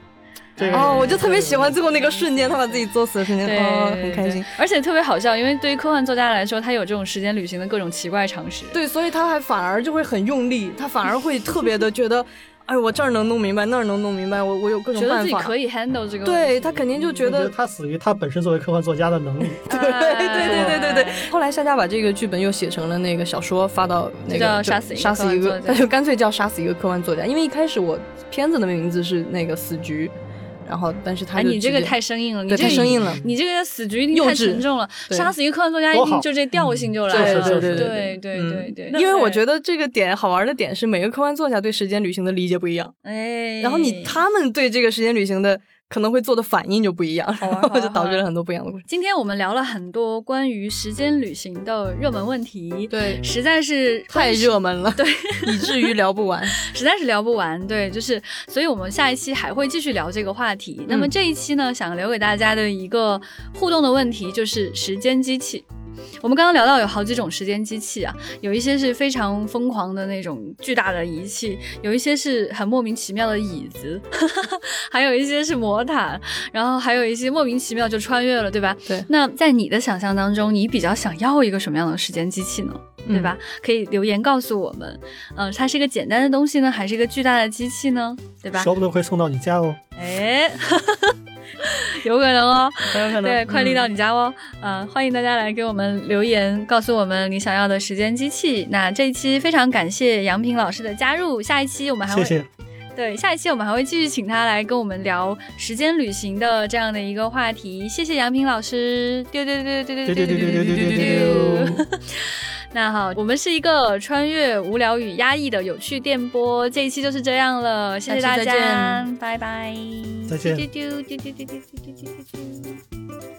Speaker 2: 这个
Speaker 3: 哦，我就特别喜欢最后那个瞬间，他把自己作死的瞬间，
Speaker 1: 对，
Speaker 3: 哦，很开心
Speaker 1: 对。，而且特别好笑，因为对于科幻作家来说，他有这种时间旅行的各种奇怪常识。
Speaker 3: 对，所以他还反而就会很用力，他反而会特别的觉得，哎，我这儿能弄明白，那儿能弄明白，我我有各种
Speaker 1: 觉得
Speaker 3: 办
Speaker 1: 自己
Speaker 3: 法
Speaker 1: 可。以 handle 这个问题，
Speaker 3: 对他肯定就觉
Speaker 2: 我觉
Speaker 3: 得
Speaker 2: 得他死于他本身作为科幻作家的能力。
Speaker 1: 哎，
Speaker 3: 对对对对对。后来夏家把这个剧本又写成了那个小说，发到那个
Speaker 1: 就叫
Speaker 3: 就
Speaker 1: 杀死一个
Speaker 3: 杀
Speaker 1: 科
Speaker 3: 死
Speaker 1: 幻
Speaker 3: 一
Speaker 1: 作
Speaker 3: 个，
Speaker 1: 家
Speaker 3: 他 就干脆叫杀死一个科幻作家，因为一开始我片子的名字是那个死局，然后但是他
Speaker 1: 哎，
Speaker 3: 就
Speaker 1: 你这
Speaker 3: 直
Speaker 1: 个
Speaker 3: 接
Speaker 1: 太生硬了，你
Speaker 3: 对
Speaker 1: 这
Speaker 3: 太生硬了。
Speaker 1: 你这个死局一定
Speaker 3: 幼
Speaker 1: 太
Speaker 3: 稚
Speaker 1: 沉重了，
Speaker 3: 对
Speaker 1: 杀死一个科幻作家一
Speaker 2: 多好
Speaker 1: 定就这调性就来
Speaker 3: 对
Speaker 1: 了，对
Speaker 3: 对对对
Speaker 1: 对对对
Speaker 3: 嗯因为我觉
Speaker 1: 得，
Speaker 3: 得这个点好玩的点是每个科幻作家对时间旅行的理解不一样，
Speaker 1: 哎，
Speaker 3: 然后你他们对这个时间旅行的可能会做的反应就不一样，
Speaker 1: 好玩啊
Speaker 3: 然后
Speaker 1: 好
Speaker 3: 就
Speaker 1: 玩
Speaker 3: 导
Speaker 1: 好
Speaker 3: 致
Speaker 1: 玩
Speaker 3: 了很多不一样的故事。
Speaker 1: 今天我们聊了很多关于时间旅行的热门问题，
Speaker 3: 对
Speaker 1: 实在是
Speaker 3: 太热门了，
Speaker 1: 对，
Speaker 3: 以至于聊不完。
Speaker 1: 实在是聊不完，对，就是，所以我们下一期还会继续聊这个话题。那么这一期呢，想留给大家的一个互动的问题就是时间机器。我们刚刚聊到有好几种时间机器啊，有一些是非常疯狂的那种巨大的仪器，有一些是很莫名其妙的椅子， 还有一些是魔毯，然后还有一些莫名其妙就穿越了，对吧？
Speaker 3: 对
Speaker 1: 那在你的想象当中，你比较想要一个什么样的时间机器呢？对吧？可以留言告诉我们。嗯、它是一个简单的东西呢，还是一个巨大的机器呢？对吧？
Speaker 2: 说不定会送到你家哦。
Speaker 1: 哎，有可能哦，
Speaker 3: 很有可 能
Speaker 1: 对，快递到
Speaker 3: 嗯
Speaker 1: 你家哦。嗯、欢迎大家来给我们留言，告诉我们你想要的时间机器。那这一期非常感谢杨平老师的加入，下一期我们还会
Speaker 2: 谢谢，
Speaker 1: 对下一期我们还会继续请他来跟我们聊时间旅行的这样的一个话题。谢谢杨平老师，丢丢丢丢丢丢
Speaker 2: 对对
Speaker 1: 丢
Speaker 2: 对
Speaker 1: 丢
Speaker 2: 对
Speaker 1: 丢
Speaker 2: 对
Speaker 1: 丢
Speaker 2: 对
Speaker 1: 丢
Speaker 2: 对。
Speaker 1: 丢。那好，我们是一个穿越无聊与压抑的有趣电波，这一期就是这样了，谢谢大
Speaker 3: 下期再
Speaker 1: 家
Speaker 3: 见，
Speaker 1: 拜拜，
Speaker 2: 再见
Speaker 1: 丢丢丢丢丢丢丢丢丢丢。